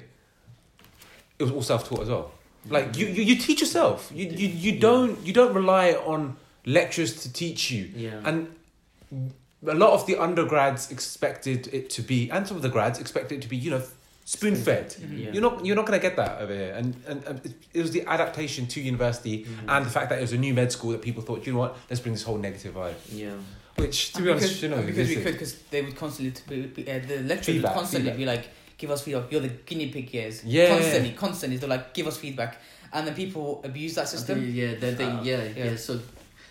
[SPEAKER 2] it was all self-taught as well. Like you, you, you teach yourself. You, you, you don't you don't rely on lectures to teach you.
[SPEAKER 5] Yeah.
[SPEAKER 2] And a lot of the undergrads expected it to be, and some of the grads expected it to be, you know, spoon fed.
[SPEAKER 5] Yeah.
[SPEAKER 2] You're not you're not going to get that over here. And and, and it, it was the adaptation to university and the fact that it was a new med school that people thought, you know what, let's bring this whole negative vibe.
[SPEAKER 5] Yeah.
[SPEAKER 2] Which, to
[SPEAKER 4] Uh,
[SPEAKER 2] be
[SPEAKER 1] because,
[SPEAKER 2] honest, you know,
[SPEAKER 1] because we
[SPEAKER 2] listen.
[SPEAKER 1] could because they would constantly t- be, be, uh, the lecturer
[SPEAKER 2] Feedback,
[SPEAKER 1] would constantly
[SPEAKER 2] feedback.
[SPEAKER 1] be like give us feedback. You're the guinea pig years.
[SPEAKER 2] Yeah.
[SPEAKER 1] Constantly, constantly they're like give us feedback, and then people abuse that
[SPEAKER 4] I
[SPEAKER 1] system.
[SPEAKER 4] think, yeah, they, they,
[SPEAKER 1] Uh,
[SPEAKER 4] yeah, yeah,
[SPEAKER 1] yeah.
[SPEAKER 4] So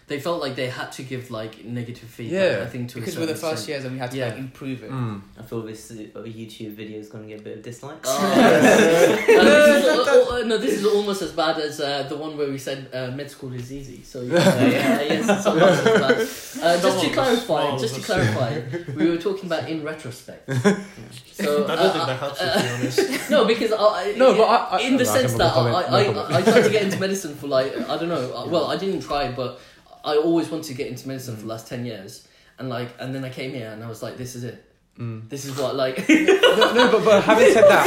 [SPEAKER 4] they felt like they had to give like negative feedback.
[SPEAKER 2] Yeah.
[SPEAKER 4] I think to
[SPEAKER 1] because
[SPEAKER 4] a
[SPEAKER 1] we're the
[SPEAKER 4] certain
[SPEAKER 1] first years
[SPEAKER 4] extent.
[SPEAKER 1] and we had to
[SPEAKER 4] Yeah.
[SPEAKER 1] like improve it.
[SPEAKER 2] Mm.
[SPEAKER 5] I feel this uh, YouTube video is going to get a bit of dislikes.
[SPEAKER 4] Oh, no, this is, al- al- no, this is almost as bad as uh, the one where we said uh, med school is easy. So you can say, uh, yes, it's almost as bad. Uh, just to
[SPEAKER 3] Novels,
[SPEAKER 4] clarify,
[SPEAKER 3] novels,
[SPEAKER 4] just to
[SPEAKER 3] I've
[SPEAKER 4] clarify, we were talking about in retrospect. So
[SPEAKER 3] I
[SPEAKER 4] uh,
[SPEAKER 3] don't think that helps, to be honest.
[SPEAKER 4] No, because I, I-
[SPEAKER 1] No, but I- I-
[SPEAKER 4] in the
[SPEAKER 2] No, uh, I
[SPEAKER 4] sense
[SPEAKER 2] can
[SPEAKER 4] that I,
[SPEAKER 2] comment,
[SPEAKER 4] I,
[SPEAKER 2] no comment.
[SPEAKER 4] I, I tried to get into medicine for like I don't know. uh, Well, I didn't try, but I always wanted to get into medicine for the last ten years, and like, and then I came here and I was like, this is it.
[SPEAKER 2] Mm.
[SPEAKER 4] This is what like
[SPEAKER 2] no, no, but, but having said that,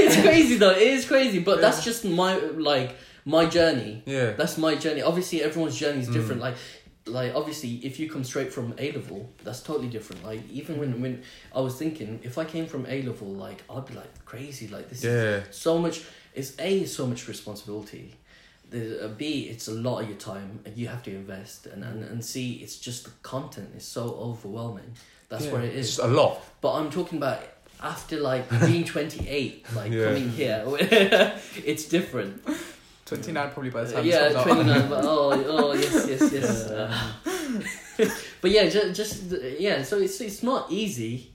[SPEAKER 4] it's crazy though. It is crazy, but that's just my like my journey.
[SPEAKER 2] yeah,
[SPEAKER 4] That's my journey. Obviously, everyone's journey is
[SPEAKER 2] Mm.
[SPEAKER 4] different. Like, like obviously, if you come straight from A level, that's totally different. Like, even when when I was thinking, if I came from A level, like I'd be like crazy. Like this
[SPEAKER 2] Yeah.
[SPEAKER 4] is so much. It's A is so much responsibility. The uh, B, it's a lot of your time, and you have to invest. And and, and C, it's just the content is so overwhelming. That's
[SPEAKER 2] yeah.
[SPEAKER 4] where it is.
[SPEAKER 2] It's just a lot.
[SPEAKER 4] But I'm talking about after like being 28, like
[SPEAKER 2] Yeah.
[SPEAKER 4] coming here, it's different.
[SPEAKER 1] Twenty nine probably by the
[SPEAKER 4] Uh,
[SPEAKER 1] time.
[SPEAKER 4] yeah,
[SPEAKER 1] this comes out.
[SPEAKER 4] 29. But oh, oh, yes, yes, yes. Uh, but yeah, just, just the- yeah. So it's it's not easy.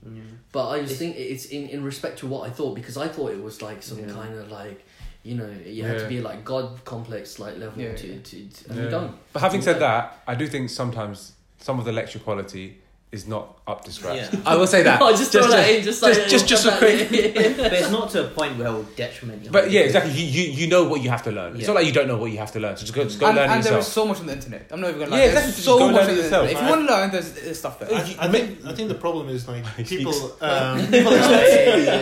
[SPEAKER 4] But I just think it's in in respect to what I thought because I thought it was like some
[SPEAKER 5] Yeah.
[SPEAKER 4] kind of like. You know, you had to
[SPEAKER 2] Yeah.
[SPEAKER 4] be like God complex, like level
[SPEAKER 1] Yeah,
[SPEAKER 4] to,
[SPEAKER 1] yeah.
[SPEAKER 4] to, to, and you
[SPEAKER 2] Yeah.
[SPEAKER 4] don't.
[SPEAKER 2] But having
[SPEAKER 4] Yeah.
[SPEAKER 2] said that, I do think sometimes some of the lecture quality is not up to scratch.
[SPEAKER 5] Yeah.
[SPEAKER 2] I will say that.
[SPEAKER 4] I just, throw that in, just like
[SPEAKER 2] just- just- just a
[SPEAKER 5] but it's not to a point where it will detriment you.
[SPEAKER 2] But yeah, exactly. You, you you know what you have to learn. It's
[SPEAKER 5] Yeah.
[SPEAKER 2] not like you don't know what you have to learn. So just go just go
[SPEAKER 1] And,
[SPEAKER 2] learn it
[SPEAKER 1] and there is
[SPEAKER 2] yourself.
[SPEAKER 1] so much on the internet. I'm not even gonna lie.
[SPEAKER 2] Yeah,
[SPEAKER 1] there's
[SPEAKER 2] exactly, just
[SPEAKER 1] so
[SPEAKER 2] go
[SPEAKER 1] much
[SPEAKER 2] learn
[SPEAKER 1] on the
[SPEAKER 2] yourself.
[SPEAKER 1] internet. If you want to learn, there's, there's stuff there.
[SPEAKER 2] You-
[SPEAKER 3] I, I think I think the problem is like people.
[SPEAKER 2] speaks.
[SPEAKER 3] Um, people expect. I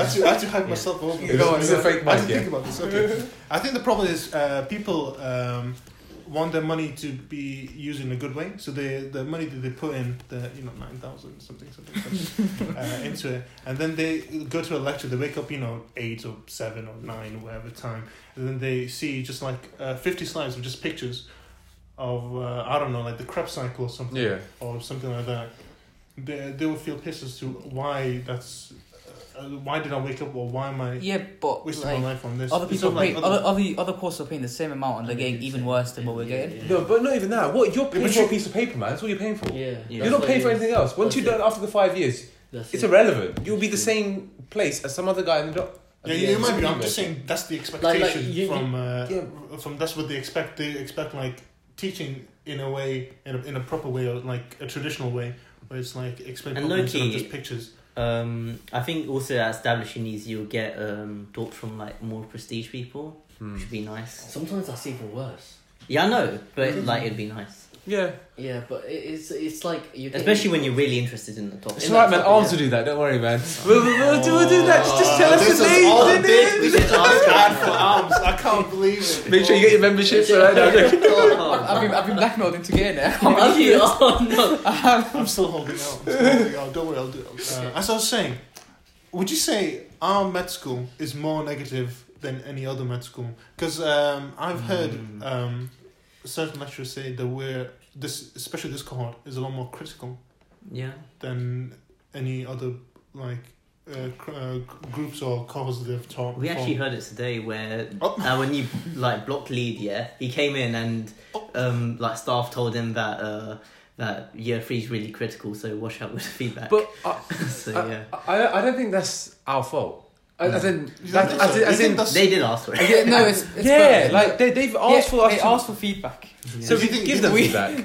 [SPEAKER 3] had to, I had to hype myself over.
[SPEAKER 2] Yeah, go on, this is a fake
[SPEAKER 3] I
[SPEAKER 2] mic,
[SPEAKER 3] didn't
[SPEAKER 2] yeah.
[SPEAKER 3] think about this. Okay. I think the problem is uh, people um, want their money to be used in a good way. So they the money that they put in the you know nine thousand something something, something uh, into it, and then they go to a lecture. They wake up you know eight or seven or nine or whatever time, and then they see just like uh, fifty slides of just pictures of uh, I don't know like the Krebs cycle or something
[SPEAKER 2] Yeah.
[SPEAKER 3] or something like that, they, they will feel pissed as to why that's uh, why did I wake up or why am I
[SPEAKER 1] Yeah, but
[SPEAKER 3] wasting
[SPEAKER 1] like,
[SPEAKER 3] my life on this?
[SPEAKER 1] other
[SPEAKER 3] It's
[SPEAKER 1] people
[SPEAKER 3] not like
[SPEAKER 1] pay, other, other other courses are paying the same amount and they're getting even worse than what we're getting.
[SPEAKER 2] No, but not even that. What you're paying
[SPEAKER 3] but
[SPEAKER 2] for a
[SPEAKER 3] you-
[SPEAKER 2] piece of paper, man. That's all you're paying for.
[SPEAKER 4] Yeah,
[SPEAKER 5] You're
[SPEAKER 2] You're
[SPEAKER 4] that's
[SPEAKER 2] not
[SPEAKER 4] what
[SPEAKER 2] paying
[SPEAKER 4] it
[SPEAKER 2] for
[SPEAKER 4] is.
[SPEAKER 2] anything else. Once
[SPEAKER 4] That's
[SPEAKER 2] you've
[SPEAKER 4] it.
[SPEAKER 2] done after the five years,
[SPEAKER 4] That's
[SPEAKER 2] it's
[SPEAKER 4] it.
[SPEAKER 2] irrelevant. You'll be the same place as some other guy in the dock.
[SPEAKER 3] yeah,
[SPEAKER 2] Yeah,
[SPEAKER 3] you might be. I'm
[SPEAKER 2] it's-
[SPEAKER 3] just saying that's the expectation
[SPEAKER 4] you- you-
[SPEAKER 3] from uh,
[SPEAKER 2] yeah.
[SPEAKER 3] from that's what they expect. They expect like teaching in a way in a, in a proper way or like a traditional way where it's like explain
[SPEAKER 5] And
[SPEAKER 3] problems instead of
[SPEAKER 5] low-key-
[SPEAKER 3] just pictures.
[SPEAKER 5] Um, I think also at establishing these, you'll get um, taught from like more prestige people, which
[SPEAKER 2] Hmm.
[SPEAKER 5] would be nice.
[SPEAKER 4] Sometimes that's even worse.
[SPEAKER 5] Yeah, I know, but like it'd be nice,
[SPEAKER 2] Yeah.
[SPEAKER 4] Yeah, but it- it's it's like you
[SPEAKER 5] especially when you're really interested in the topic.
[SPEAKER 2] It's
[SPEAKER 4] In
[SPEAKER 2] alright,
[SPEAKER 4] that
[SPEAKER 2] man.
[SPEAKER 4] topic,
[SPEAKER 2] I'll
[SPEAKER 4] yeah.
[SPEAKER 2] to do that. Don't worry, man. We'll, we'll, we'll, do, we'll do that. Just, just tell us
[SPEAKER 3] Oh, This
[SPEAKER 2] the
[SPEAKER 3] is all
[SPEAKER 2] name.
[SPEAKER 5] bit we did
[SPEAKER 3] Bad for arms. I can't believe it.
[SPEAKER 2] Make sure you get your membership. So I know.
[SPEAKER 1] I've,
[SPEAKER 5] Oh.
[SPEAKER 1] I've been I've been blackmailed into getting there.
[SPEAKER 4] Have you? Oh no!
[SPEAKER 3] I'm still holding out. I'm still holding out. Don't worry, I'll do it. Uh, as I was saying, would you say our med school is more negative than any other med school? Because um, I've heard um, certain lecturers say that we're this, especially this cohort, is a lot more critical
[SPEAKER 5] Yeah,
[SPEAKER 3] than any other like uh, cr- uh, groups or cohorts that they've taught.
[SPEAKER 5] we
[SPEAKER 3] before.
[SPEAKER 5] actually heard it today where
[SPEAKER 3] Oh.
[SPEAKER 5] our new like block lead, yeah, he came in and
[SPEAKER 2] Oh.
[SPEAKER 5] um, like staff told him that uh, that year three is really critical, so watch out with the feedback.
[SPEAKER 2] But uh,
[SPEAKER 5] so
[SPEAKER 2] I-
[SPEAKER 5] yeah,
[SPEAKER 2] I, I, I don't think that's our fault. I, as in,
[SPEAKER 3] You
[SPEAKER 2] that,
[SPEAKER 3] think
[SPEAKER 2] as
[SPEAKER 3] so?
[SPEAKER 2] in,
[SPEAKER 3] You
[SPEAKER 2] as
[SPEAKER 3] think
[SPEAKER 2] in
[SPEAKER 3] that's-
[SPEAKER 5] they did ask for it.
[SPEAKER 1] yeah, no, it's, it's
[SPEAKER 2] yeah,
[SPEAKER 1] fine.
[SPEAKER 2] like they, they've
[SPEAKER 1] Yeah,
[SPEAKER 2] asked for us.
[SPEAKER 1] they
[SPEAKER 2] to-
[SPEAKER 1] asked for feedback.
[SPEAKER 2] so
[SPEAKER 3] Do
[SPEAKER 2] we
[SPEAKER 3] you think-
[SPEAKER 2] give them
[SPEAKER 1] we-
[SPEAKER 2] feedback.
[SPEAKER 3] Do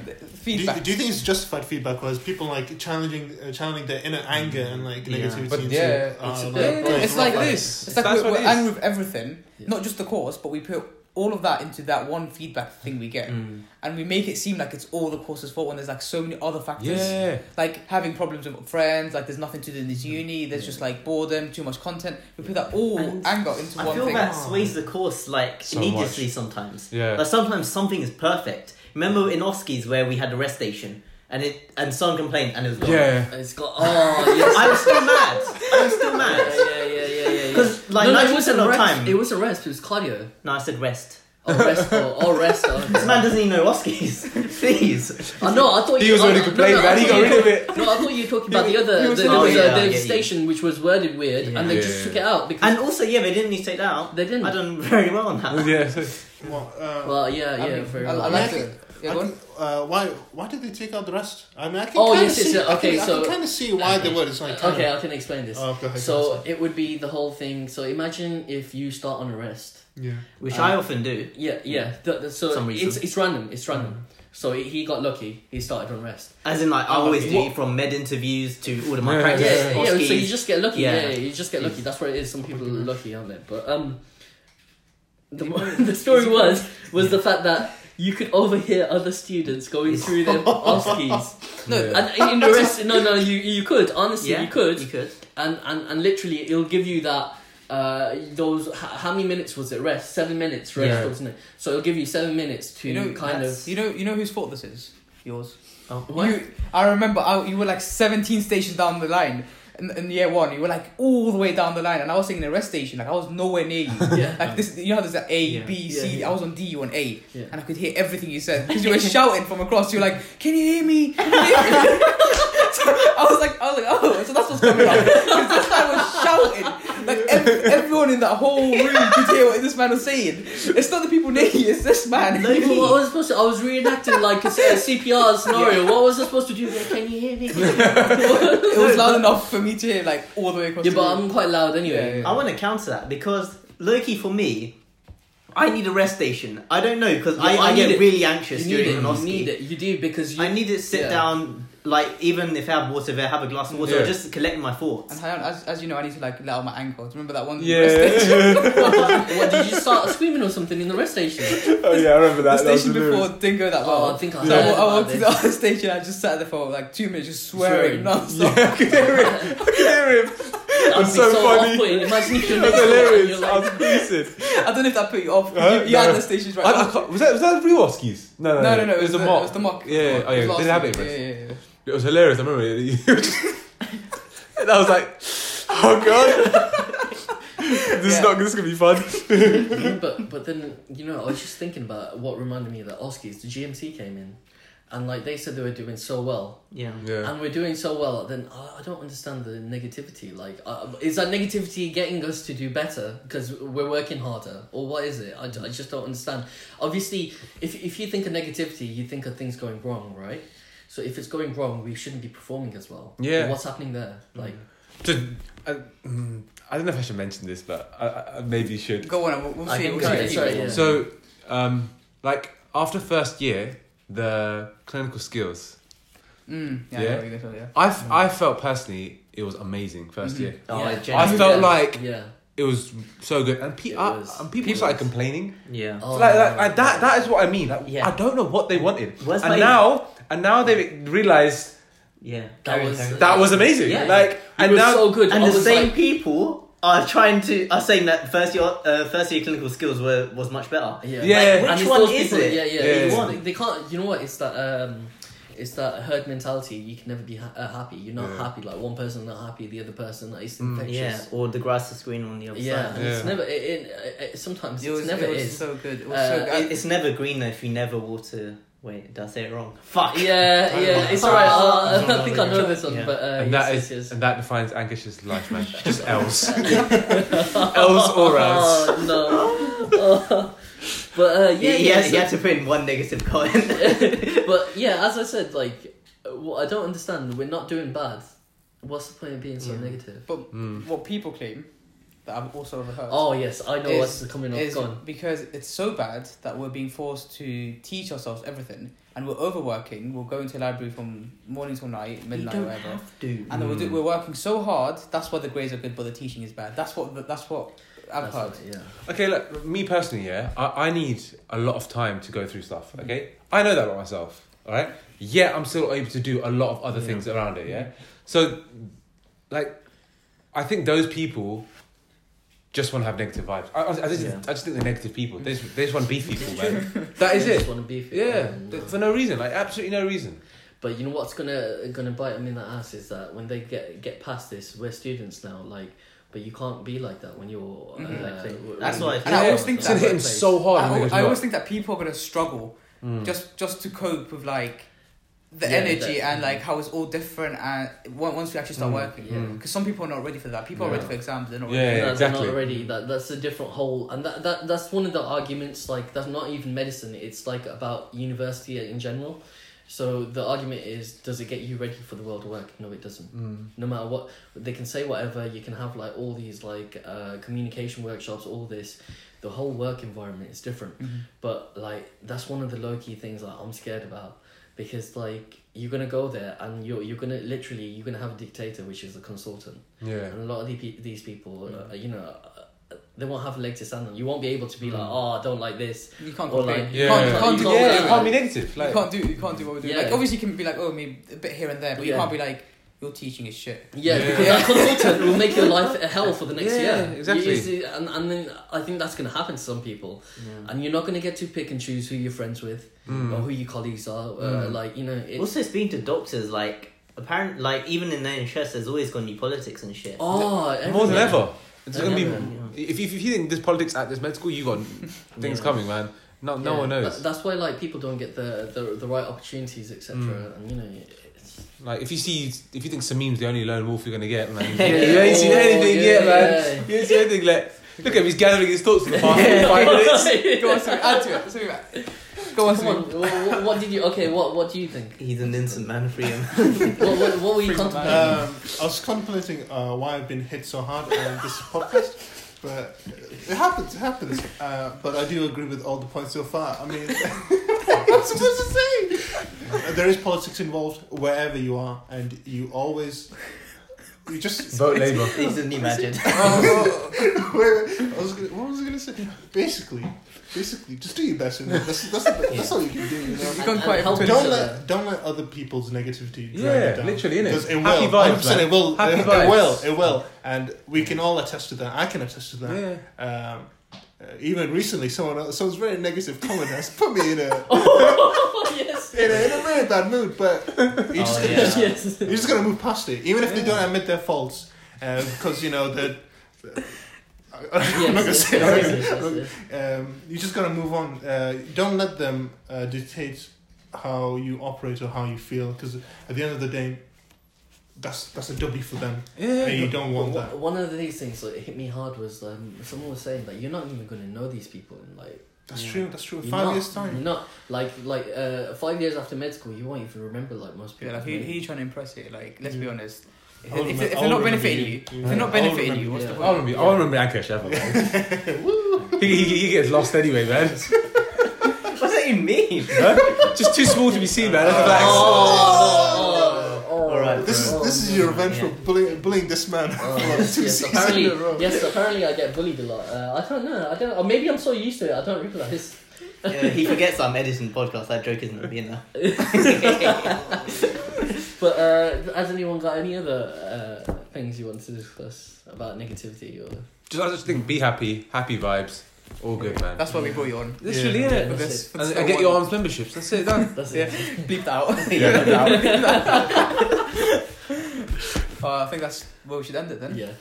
[SPEAKER 3] you,
[SPEAKER 1] Feedback.
[SPEAKER 3] do you think it's justified feedback, or is people like challenging, uh, challenging their inner anger and like
[SPEAKER 5] Yeah.
[SPEAKER 3] negativity?
[SPEAKER 2] But
[SPEAKER 3] into,
[SPEAKER 2] yeah,
[SPEAKER 3] uh,
[SPEAKER 4] it's a
[SPEAKER 3] like,
[SPEAKER 4] bit-
[SPEAKER 2] Yeah, yeah, yeah.
[SPEAKER 1] it's like
[SPEAKER 2] Right.
[SPEAKER 1] this. It's
[SPEAKER 2] That's
[SPEAKER 1] like we're,
[SPEAKER 2] what
[SPEAKER 1] we're
[SPEAKER 2] it is.
[SPEAKER 1] angry with everything, not just the course, but we put all of that into that one feedback thing we get,
[SPEAKER 3] Mm.
[SPEAKER 1] and we make it seem like it's all the course's fault when there's like so many other factors.
[SPEAKER 2] Yeah.
[SPEAKER 1] Like having problems with friends, like there's nothing to do in this uni. There's just like boredom, too much content. We put that all
[SPEAKER 5] And
[SPEAKER 1] anger into
[SPEAKER 5] I
[SPEAKER 1] one
[SPEAKER 5] feel
[SPEAKER 1] thing.
[SPEAKER 5] that sways the course like
[SPEAKER 2] Oh. So
[SPEAKER 5] needlessly
[SPEAKER 2] much.
[SPEAKER 5] sometimes.
[SPEAKER 2] Yeah.
[SPEAKER 5] Like sometimes something is perfect. Remember in Oski's where we had the rest station and it and someone complained and it was gone.
[SPEAKER 2] Yeah.
[SPEAKER 4] It's got oh yes.
[SPEAKER 5] I'm still mad. I'm still mad.
[SPEAKER 4] Yeah, yeah, yeah, yeah, yeah.
[SPEAKER 5] 'Cause, like,
[SPEAKER 4] no, no, it
[SPEAKER 5] 90%
[SPEAKER 4] wasn't
[SPEAKER 5] of the
[SPEAKER 4] rest.
[SPEAKER 5] time-
[SPEAKER 4] It wasn't rest. It was cardio.
[SPEAKER 5] No, I said rest.
[SPEAKER 4] Oh rest. Oh, oh rest. Oh,
[SPEAKER 5] This man doesn't even know Oski's. Please.
[SPEAKER 4] I know. I thought
[SPEAKER 2] He
[SPEAKER 4] you,
[SPEAKER 2] was
[SPEAKER 4] I,
[SPEAKER 2] already
[SPEAKER 4] I-
[SPEAKER 2] complaining
[SPEAKER 4] no, no,
[SPEAKER 2] about
[SPEAKER 4] I
[SPEAKER 2] it, he
[SPEAKER 4] thought
[SPEAKER 2] got
[SPEAKER 4] you
[SPEAKER 2] rid
[SPEAKER 4] were-
[SPEAKER 2] of
[SPEAKER 4] No, I thought you were talking about the
[SPEAKER 1] he
[SPEAKER 4] other.
[SPEAKER 1] was
[SPEAKER 4] The,
[SPEAKER 1] in the-
[SPEAKER 4] there was
[SPEAKER 5] Oh,
[SPEAKER 4] a-
[SPEAKER 5] yeah,
[SPEAKER 4] there was
[SPEAKER 5] yeah,
[SPEAKER 4] a
[SPEAKER 5] yeah.
[SPEAKER 4] station which was worded weird, and they
[SPEAKER 2] Yeah.
[SPEAKER 4] just took it out because
[SPEAKER 5] And also, yeah, they didn't need to take that out.
[SPEAKER 4] they didn't.
[SPEAKER 5] I done very well on that.
[SPEAKER 2] yeah. so-
[SPEAKER 3] Well, uh,
[SPEAKER 4] Well, yeah, yeah,
[SPEAKER 1] I mean,
[SPEAKER 4] very
[SPEAKER 1] I, I
[SPEAKER 4] much.
[SPEAKER 1] like
[SPEAKER 3] I
[SPEAKER 1] it. Yeah,
[SPEAKER 3] I
[SPEAKER 1] go on.
[SPEAKER 3] can- uh, why why did they take out the rest? I mean, I can
[SPEAKER 4] Oh,
[SPEAKER 3] kind
[SPEAKER 4] yes,
[SPEAKER 3] of
[SPEAKER 4] yes,
[SPEAKER 3] see.
[SPEAKER 4] yeah,
[SPEAKER 3] I
[SPEAKER 4] okay,
[SPEAKER 3] can,
[SPEAKER 4] so- Uh,
[SPEAKER 3] I can kind of see why they were. It's like kind
[SPEAKER 4] Okay,
[SPEAKER 3] of-
[SPEAKER 4] I can explain this.
[SPEAKER 3] Oh, go ahead,
[SPEAKER 4] so
[SPEAKER 3] go
[SPEAKER 4] it would be the whole thing. So imagine if you start on arrest.
[SPEAKER 3] yeah,
[SPEAKER 5] Which
[SPEAKER 4] Uh,
[SPEAKER 5] I often do.
[SPEAKER 4] Yeah, yeah. The, the, so
[SPEAKER 5] Mm. Some reason. Mm.
[SPEAKER 4] it's it's random. It's random. So he he got lucky. He started on rest.
[SPEAKER 5] As in, like, I
[SPEAKER 4] Oh,
[SPEAKER 5] always
[SPEAKER 4] okay.
[SPEAKER 5] do it from med interviews to all of my
[SPEAKER 2] Yeah,
[SPEAKER 5] practice.
[SPEAKER 4] yeah, yeah,
[SPEAKER 5] Oskies.
[SPEAKER 4] So you just get lucky. Yeah.
[SPEAKER 5] Yeah.
[SPEAKER 4] yeah, you just get lucky. That's what it is. Some people are lucky, aren't they? But um, the, mo- the story was was the fact that you could overhear other students going through their OSCEs.
[SPEAKER 1] No,
[SPEAKER 2] Yeah.
[SPEAKER 4] and in the rest, no, no, you you could honestly,
[SPEAKER 5] yeah,
[SPEAKER 4] you could,
[SPEAKER 5] You could.
[SPEAKER 4] and and and literally, it'll give you that. Uh, those h- how many minutes was it rest? Seven minutes rest,
[SPEAKER 2] Yeah.
[SPEAKER 4] wasn't it? So it'll give you seven minutes to
[SPEAKER 1] you know,
[SPEAKER 4] kind of.
[SPEAKER 1] you know, you know whose fault this is. Yours.
[SPEAKER 4] Oh, What?
[SPEAKER 1] You, I remember I, you were like 17 stations down the line in, in year one. You were like all the way down the line, and I was in the rest station. Like I was nowhere near you.
[SPEAKER 4] Yeah.
[SPEAKER 1] Like this, you know how there's an A, B, C. I
[SPEAKER 5] Yeah.
[SPEAKER 4] Yeah, yeah.
[SPEAKER 1] was on D, you were on A,
[SPEAKER 4] Yeah.
[SPEAKER 1] and I could hear everything you said because you were shouting from across. You were like, "Can you hear me?" Can you hear me?" so I was like, I was like, oh, so that's what's coming up. Because this guy was shouting. Like ev- everyone in that whole room could hear what this man was saying. It's not the people near you. It's this man.
[SPEAKER 4] No, but what was I supposed to? I was reenacting like a, a CPR scenario. What was I supposed to do? Like, Can you hear me?
[SPEAKER 1] it was loud enough for me to hear like all the way across.
[SPEAKER 4] yeah,
[SPEAKER 1] the
[SPEAKER 4] but
[SPEAKER 1] room.
[SPEAKER 4] I'm quite loud anyway.
[SPEAKER 1] Yeah,
[SPEAKER 5] I want to counter that because Loki for me, I need a rest station. I don't know because I,
[SPEAKER 4] Yeah,
[SPEAKER 5] I,
[SPEAKER 4] I need
[SPEAKER 5] get
[SPEAKER 4] it.
[SPEAKER 5] really anxious
[SPEAKER 4] You need
[SPEAKER 5] during
[SPEAKER 4] it.
[SPEAKER 5] an
[SPEAKER 4] You
[SPEAKER 5] Oski.
[SPEAKER 4] need it. You do because you.
[SPEAKER 5] I need to sit
[SPEAKER 4] Yeah.
[SPEAKER 5] down, like even if I have water there, have a glass of water,
[SPEAKER 2] Yeah.
[SPEAKER 5] or just collect my thoughts.
[SPEAKER 1] And Hayan, as, as you know, I need to like let out my ankle. Do you remember that one?
[SPEAKER 2] Yeah.
[SPEAKER 1] The
[SPEAKER 4] what did you start screaming or something in the rest station?
[SPEAKER 2] oh yeah, I remember that. that was
[SPEAKER 1] station
[SPEAKER 2] hilarious.
[SPEAKER 1] before didn't go that well.
[SPEAKER 4] Oh, I think I
[SPEAKER 1] so
[SPEAKER 4] heard
[SPEAKER 1] I, I
[SPEAKER 4] about
[SPEAKER 1] walked to the
[SPEAKER 4] this.
[SPEAKER 1] other station. I just sat there for like two minutes, just swearing
[SPEAKER 4] Swearing.
[SPEAKER 1] non-stop.
[SPEAKER 2] Yeah, I could hear him. I could hear him.
[SPEAKER 4] That would be
[SPEAKER 2] so funny.
[SPEAKER 4] off-putting. Imagine if you're
[SPEAKER 2] That's
[SPEAKER 4] next door and
[SPEAKER 2] hilarious.
[SPEAKER 4] you're
[SPEAKER 2] I was
[SPEAKER 4] like,
[SPEAKER 2] boosted.
[SPEAKER 1] I don't know if that put you off.
[SPEAKER 2] Huh?
[SPEAKER 1] you you
[SPEAKER 2] No.
[SPEAKER 1] had the stations right.
[SPEAKER 2] I, I can't, was that was that real Oskies? No,
[SPEAKER 1] no, no, no.
[SPEAKER 2] It was a
[SPEAKER 1] the,
[SPEAKER 2] mock.
[SPEAKER 1] It was the mock.
[SPEAKER 2] Yeah, yeah,
[SPEAKER 1] It
[SPEAKER 2] oh,
[SPEAKER 1] was
[SPEAKER 2] yeah.
[SPEAKER 1] last
[SPEAKER 2] They have
[SPEAKER 1] week.
[SPEAKER 2] it.
[SPEAKER 1] Yeah, yeah, yeah.
[SPEAKER 2] It was hilarious. I remember. it. and I was like, oh god, this
[SPEAKER 1] Yeah.
[SPEAKER 2] is not. This is gonna be fun.
[SPEAKER 4] Mm, but but then you know I was just thinking about what reminded me of the Oskies. The GMC came in, and like they said they were doing so well,
[SPEAKER 5] Yeah.
[SPEAKER 2] Yeah.
[SPEAKER 4] and we're doing so well. Then I, I don't understand the negativity. Like, uh, is that negativity getting us to do better because we're working harder, or what is it? I, d- I just don't understand. Obviously, if if you think of negativity, you think of things going wrong, right? So if it's going wrong, we shouldn't be performing as well.
[SPEAKER 2] Yeah. Mm.
[SPEAKER 4] But what's happening there? Like,
[SPEAKER 2] So, I, mm, I don't know if I should mention this, but I- I, I maybe should.
[SPEAKER 1] Go on, and we'll, we'll
[SPEAKER 4] I
[SPEAKER 1] see.
[SPEAKER 4] think
[SPEAKER 1] We'll see
[SPEAKER 4] so,
[SPEAKER 1] the
[SPEAKER 4] sorry,
[SPEAKER 1] people.
[SPEAKER 4] yeah.
[SPEAKER 2] So, um, like after first year, the clinical skills.
[SPEAKER 1] Mm, yeah,
[SPEAKER 2] Yeah.
[SPEAKER 1] yeah. we go, so, yeah.
[SPEAKER 2] I, f- I felt personally it was amazing 1st year.
[SPEAKER 5] Oh,
[SPEAKER 4] Yeah.
[SPEAKER 5] I
[SPEAKER 4] I
[SPEAKER 5] genuinely-
[SPEAKER 2] I felt like
[SPEAKER 4] yeah.
[SPEAKER 2] it was so good, and, pe-
[SPEAKER 4] It
[SPEAKER 2] I-
[SPEAKER 4] was.
[SPEAKER 2] and people
[SPEAKER 4] It
[SPEAKER 2] started
[SPEAKER 4] was.
[SPEAKER 2] complaining.
[SPEAKER 5] yeah.
[SPEAKER 4] Oh,
[SPEAKER 2] like, like, like that that is what I mean. Like,
[SPEAKER 5] Yeah.
[SPEAKER 2] I don't know what they wanted,
[SPEAKER 5] Where's
[SPEAKER 2] and
[SPEAKER 5] my-
[SPEAKER 2] now and now they realized
[SPEAKER 5] Yeah.
[SPEAKER 4] That
[SPEAKER 5] Carry on,
[SPEAKER 4] was-
[SPEAKER 5] carry on.
[SPEAKER 2] that was amazing.
[SPEAKER 5] Yeah.
[SPEAKER 2] Like
[SPEAKER 4] It
[SPEAKER 2] and
[SPEAKER 4] was
[SPEAKER 2] now
[SPEAKER 4] so good.
[SPEAKER 5] And
[SPEAKER 4] I
[SPEAKER 5] the
[SPEAKER 4] was
[SPEAKER 5] same
[SPEAKER 4] like-
[SPEAKER 5] people are trying to are saying that first year uh, first year clinical skills were was much better.
[SPEAKER 4] Yeah.
[SPEAKER 2] Yeah.
[SPEAKER 5] Which
[SPEAKER 4] And it's
[SPEAKER 5] one
[SPEAKER 4] those
[SPEAKER 5] is
[SPEAKER 4] people-
[SPEAKER 5] it?
[SPEAKER 4] Yeah, yeah.
[SPEAKER 2] Yeah.
[SPEAKER 4] it's-
[SPEAKER 5] One.
[SPEAKER 4] They, they can't. You know what? It's that. Um, it's that herd mentality. You can never be ha- uh, happy. You're not
[SPEAKER 2] Yeah.
[SPEAKER 4] happy. Like one person not happy, the other person like, it's
[SPEAKER 2] Mm.
[SPEAKER 4] infectious.
[SPEAKER 5] Yeah, Or the grass is green on the other
[SPEAKER 4] Yeah,
[SPEAKER 5] side.
[SPEAKER 4] and it's
[SPEAKER 2] Yeah.
[SPEAKER 4] never. It, it, it, sometimes
[SPEAKER 1] It was,
[SPEAKER 4] it's never
[SPEAKER 1] it was
[SPEAKER 4] is.
[SPEAKER 1] so good. It was
[SPEAKER 4] Uh,
[SPEAKER 1] so good.
[SPEAKER 5] It- It's never green though if you never water. Wait, did I say it wrong? Fuck.
[SPEAKER 4] yeah, yeah. It's alright.
[SPEAKER 5] Ah.
[SPEAKER 4] I, I think I know this one,
[SPEAKER 5] Yeah.
[SPEAKER 4] but uh,
[SPEAKER 2] and
[SPEAKER 4] yes,
[SPEAKER 2] that
[SPEAKER 4] yes,
[SPEAKER 2] is,
[SPEAKER 4] yes.
[SPEAKER 2] and that defines Angus's life, man. Just L's, L's or L's.
[SPEAKER 4] Oh no. Oh. But uh, yeah,
[SPEAKER 5] Yeah, he,
[SPEAKER 4] yeah.
[SPEAKER 5] had,
[SPEAKER 4] so-
[SPEAKER 5] he had to put in one negative comment.
[SPEAKER 4] but yeah, as I said, like, uh, what I don't understand. We're not doing bad. What's the point of being so
[SPEAKER 5] Yeah.
[SPEAKER 4] negative?
[SPEAKER 1] But
[SPEAKER 2] Hmm.
[SPEAKER 1] what people claim that I've also overheard.
[SPEAKER 4] Oh yes, I know
[SPEAKER 1] is-
[SPEAKER 4] what's coming up.
[SPEAKER 1] is
[SPEAKER 4] Gone.
[SPEAKER 1] because it's so bad that we're being forced to teach ourselves everything, and we're overworking. We're going to the library from morning till night, midnight, whatever.
[SPEAKER 5] to.
[SPEAKER 1] And then we're, do, we're working so hard. That's why the grades are good, but the teaching is bad. That's what the- that's what I've
[SPEAKER 4] That's
[SPEAKER 1] heard.
[SPEAKER 4] right, yeah.
[SPEAKER 2] Okay, look, me personally, yeah, I, I need a lot of time to go through stuff. Okay, I know that about myself. All right, yeah, I'm still able to do a lot of other
[SPEAKER 4] Yeah.
[SPEAKER 2] things around it. Yeah, so like, I think those people just want to have negative vibes. I, I, I just,
[SPEAKER 5] Yeah.
[SPEAKER 2] I just think they're negative people. They just, they just want to beef people, man. that is
[SPEAKER 4] They just
[SPEAKER 2] it.
[SPEAKER 4] wanna beef it.
[SPEAKER 2] Yeah,
[SPEAKER 4] Um,
[SPEAKER 2] th- for no reason, like absolutely no reason.
[SPEAKER 4] But you know what's gonna gonna bite them in the ass is that when they get get past this, we're students now. Like, but you can't be like that when you're. Uh,
[SPEAKER 5] Exactly.
[SPEAKER 4] w-
[SPEAKER 5] That's
[SPEAKER 4] when
[SPEAKER 5] why I
[SPEAKER 4] you-
[SPEAKER 5] think- And I always think
[SPEAKER 2] it's gonna hit them
[SPEAKER 1] workplace.
[SPEAKER 2] so hard.
[SPEAKER 1] I,
[SPEAKER 2] when they
[SPEAKER 1] al-
[SPEAKER 2] go
[SPEAKER 1] I
[SPEAKER 2] to work. Hmm. "Mm,
[SPEAKER 1] always think that people are going to struggle just just to cope with like the
[SPEAKER 4] Yeah,
[SPEAKER 1] energy
[SPEAKER 4] exactly.
[SPEAKER 1] and like how it's all different and on- once we actually start
[SPEAKER 2] Mm.
[SPEAKER 1] working
[SPEAKER 4] Yeah.
[SPEAKER 1] because some people are not ready for that people are ready
[SPEAKER 4] No.
[SPEAKER 1] for exams they're not
[SPEAKER 2] Yeah,
[SPEAKER 1] ready
[SPEAKER 4] No,
[SPEAKER 1] for
[SPEAKER 4] they're
[SPEAKER 2] exactly.
[SPEAKER 4] not already. That that's a different whole, and that, that that's one of the arguments. Like that's not even medicine. It's like about university in general. So the argument is, does it get you ready for the world of work? No, it doesn't.
[SPEAKER 2] mm,
[SPEAKER 4] No matter what they can say, whatever you can have like all these like uh, communication workshops, all this. The whole work environment is different,
[SPEAKER 1] Mm-hmm.
[SPEAKER 4] but like that's one of the low key things that I'm scared about because like you're gonna go there and you're you're gonna literally you're gonna have a dictator which is a consultant.
[SPEAKER 2] Yeah. Mm.
[SPEAKER 4] And a lot of the, pe- these people, uh, you know, uh, they won't have a leg to stand on. You won't be able to be like, oh, I don't like this.
[SPEAKER 1] you can't
[SPEAKER 4] Or
[SPEAKER 1] complain
[SPEAKER 4] like-
[SPEAKER 1] you can't,
[SPEAKER 2] Yeah.
[SPEAKER 1] you can't do
[SPEAKER 4] Yeah.
[SPEAKER 1] all
[SPEAKER 2] Yeah,
[SPEAKER 1] that.
[SPEAKER 2] it can't be negative.
[SPEAKER 1] you
[SPEAKER 2] Like,
[SPEAKER 1] can't do you can't do what we're doing like
[SPEAKER 4] Yeah.
[SPEAKER 1] obviously you can be like oh maybe a bit here and there but you
[SPEAKER 4] Yeah.
[SPEAKER 1] can't be like your teaching is shit
[SPEAKER 4] Yeah,
[SPEAKER 2] Yeah.
[SPEAKER 4] because that consultant will make your life a hell for the next
[SPEAKER 2] Yeah,
[SPEAKER 4] year. You-
[SPEAKER 2] exactly.
[SPEAKER 4] you see, and, and then I think that's going to happen to some people. And you're not going to get to pick and choose who you're friends with
[SPEAKER 2] mm. Hmm.
[SPEAKER 4] or who your colleagues are. Uh, like, you know, it,
[SPEAKER 5] Also, speaking to doctors, like apparent, like even in the NHS, there's always going to be politics and shit.
[SPEAKER 4] oh,
[SPEAKER 2] More than
[SPEAKER 4] everywhere.
[SPEAKER 2] ever. It's
[SPEAKER 4] Than
[SPEAKER 2] gonna be.
[SPEAKER 4] ever,
[SPEAKER 2] If, if, if you think there's politics at this med school, you got things
[SPEAKER 4] Yeah.
[SPEAKER 2] coming, man. No, no
[SPEAKER 4] Yeah,
[SPEAKER 2] one knows.
[SPEAKER 4] that- that's why like people don't get the the, the right opportunities, etc. And you know, it's,
[SPEAKER 2] Like if you see, if you think Sameem's the only lone wolf you're gonna get, man.
[SPEAKER 5] Yeah.
[SPEAKER 2] you ain't seen
[SPEAKER 4] Oh,
[SPEAKER 2] anything
[SPEAKER 4] yeah,
[SPEAKER 2] yet, man.
[SPEAKER 4] yeah.
[SPEAKER 2] You ain't seen anything. Like, look at him. He's gathering his thoughts for the past five minutes.
[SPEAKER 1] go on sorry add to it sorry man. go on,
[SPEAKER 4] Come
[SPEAKER 1] sorry.
[SPEAKER 4] on, wh- wh- what, did you? Okay, what what do you think?
[SPEAKER 5] He's an innocent man, free him.
[SPEAKER 4] What, what, what were you
[SPEAKER 1] Freeze my
[SPEAKER 4] contemplating?
[SPEAKER 3] Um, I was contemplating uh, why I've been hit so hard on this podcast, but it happens. It happens. Uh, but I do agree with all the points so far. I mean, what am I supposed to say? there is politics involved wherever you are, and you always. You just
[SPEAKER 2] Vote Labour.
[SPEAKER 5] Please didn't imagine.
[SPEAKER 1] Oh,
[SPEAKER 3] Wait, wait, I was gonna, what was I gonna say? Basically, basically, just do your best. You know? That's that's the, that's all you can do.
[SPEAKER 1] you
[SPEAKER 3] You know?
[SPEAKER 1] can't quite
[SPEAKER 4] Help
[SPEAKER 1] put
[SPEAKER 4] yourself.
[SPEAKER 1] it
[SPEAKER 3] Don't let don't let other people's negativity drag you
[SPEAKER 2] Yeah,
[SPEAKER 3] down.
[SPEAKER 2] literally, innit?
[SPEAKER 3] Because it will.
[SPEAKER 2] Happy vibes,
[SPEAKER 3] 100%
[SPEAKER 2] man.
[SPEAKER 3] it will.
[SPEAKER 2] Happy
[SPEAKER 3] it,
[SPEAKER 2] vibes.
[SPEAKER 3] it will. It will. And we can all attest to that. I can attest to that.
[SPEAKER 2] Yeah.
[SPEAKER 3] Um, uh, even recently, someone else, someone's very negative comment has put me in a,
[SPEAKER 4] oh, yes.
[SPEAKER 3] in a in a very bad mood. But you just,
[SPEAKER 5] Oh, yeah.
[SPEAKER 3] just
[SPEAKER 4] Yes.
[SPEAKER 3] you're just gonna move past it, even if they don't admit their faults, um, because you know that. I'm not gonna
[SPEAKER 4] Yes,
[SPEAKER 3] say.
[SPEAKER 4] yes,
[SPEAKER 3] it.
[SPEAKER 4] yes, yes, yes,
[SPEAKER 3] Um, you just gotta move on. Uh, don't let them uh, dictate how you operate or how you feel, because at the end of the day, that's that's a W for them, and you
[SPEAKER 2] Yeah.
[SPEAKER 3] don't want that.
[SPEAKER 4] One- One of these things that hit me hard was um, someone was saying that you're not even going to know these people in like
[SPEAKER 3] That's
[SPEAKER 4] Yeah.
[SPEAKER 3] true. That's true.
[SPEAKER 4] you're
[SPEAKER 3] Five
[SPEAKER 4] not-
[SPEAKER 3] years time.
[SPEAKER 4] You're not like like uh, five years after med school, you won't even remember like most people.
[SPEAKER 1] yeah like who, who
[SPEAKER 4] Maybe.
[SPEAKER 1] you trying to impress here like let's be
[SPEAKER 3] Yeah.
[SPEAKER 1] honest if,
[SPEAKER 3] I'll
[SPEAKER 1] if, if,
[SPEAKER 3] remem- I'll
[SPEAKER 1] they're not
[SPEAKER 3] remember
[SPEAKER 1] benefiting
[SPEAKER 3] you.
[SPEAKER 1] you if
[SPEAKER 3] Yeah.
[SPEAKER 1] they're
[SPEAKER 3] I'll
[SPEAKER 1] not benefiting
[SPEAKER 3] remember
[SPEAKER 1] you what's the
[SPEAKER 2] I
[SPEAKER 4] you.
[SPEAKER 1] point
[SPEAKER 2] want to be. I want to be Ankesh ever. Man. he, he, he gets lost anyway, man.
[SPEAKER 5] what does that even mean?
[SPEAKER 2] Huh? Just too small to be seen, man. That's the facts.
[SPEAKER 4] Oh, oh,
[SPEAKER 5] All right,
[SPEAKER 3] This is
[SPEAKER 4] oh,
[SPEAKER 3] this is
[SPEAKER 4] no.
[SPEAKER 3] your revenge
[SPEAKER 5] Yeah.
[SPEAKER 3] for bullying, bullying this man.
[SPEAKER 4] Oh,
[SPEAKER 3] for
[SPEAKER 4] yes,
[SPEAKER 3] two
[SPEAKER 4] yes,
[SPEAKER 3] seasons
[SPEAKER 4] apparently,
[SPEAKER 3] in a row.
[SPEAKER 4] yes, apparently I get bullied a lot. Uh, I don't know. I don't. Or maybe I'm so used to it. I don't realize.
[SPEAKER 5] Yeah, he forgets I'm editing podcast. That joke isn't really enough.
[SPEAKER 4] But uh, has anyone got any other uh, things you want to discuss about negativity or?
[SPEAKER 2] Just, I just think, be happy, happy vibes, all good, man.
[SPEAKER 1] that's why we brought you on
[SPEAKER 2] Literally,
[SPEAKER 4] Yeah.
[SPEAKER 2] innit?
[SPEAKER 1] for
[SPEAKER 4] That's
[SPEAKER 1] this for
[SPEAKER 2] And,
[SPEAKER 1] this little
[SPEAKER 2] and get your
[SPEAKER 1] one.
[SPEAKER 2] arms memberships. That's it. Done.
[SPEAKER 4] That's
[SPEAKER 1] Yeah,
[SPEAKER 4] it.
[SPEAKER 1] bleeped out.
[SPEAKER 2] Yeah.
[SPEAKER 1] uh, I think that's where we should end it then.
[SPEAKER 4] Yeah.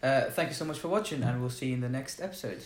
[SPEAKER 1] Uh, thank you so much for watching, and we'll see you in the next episode.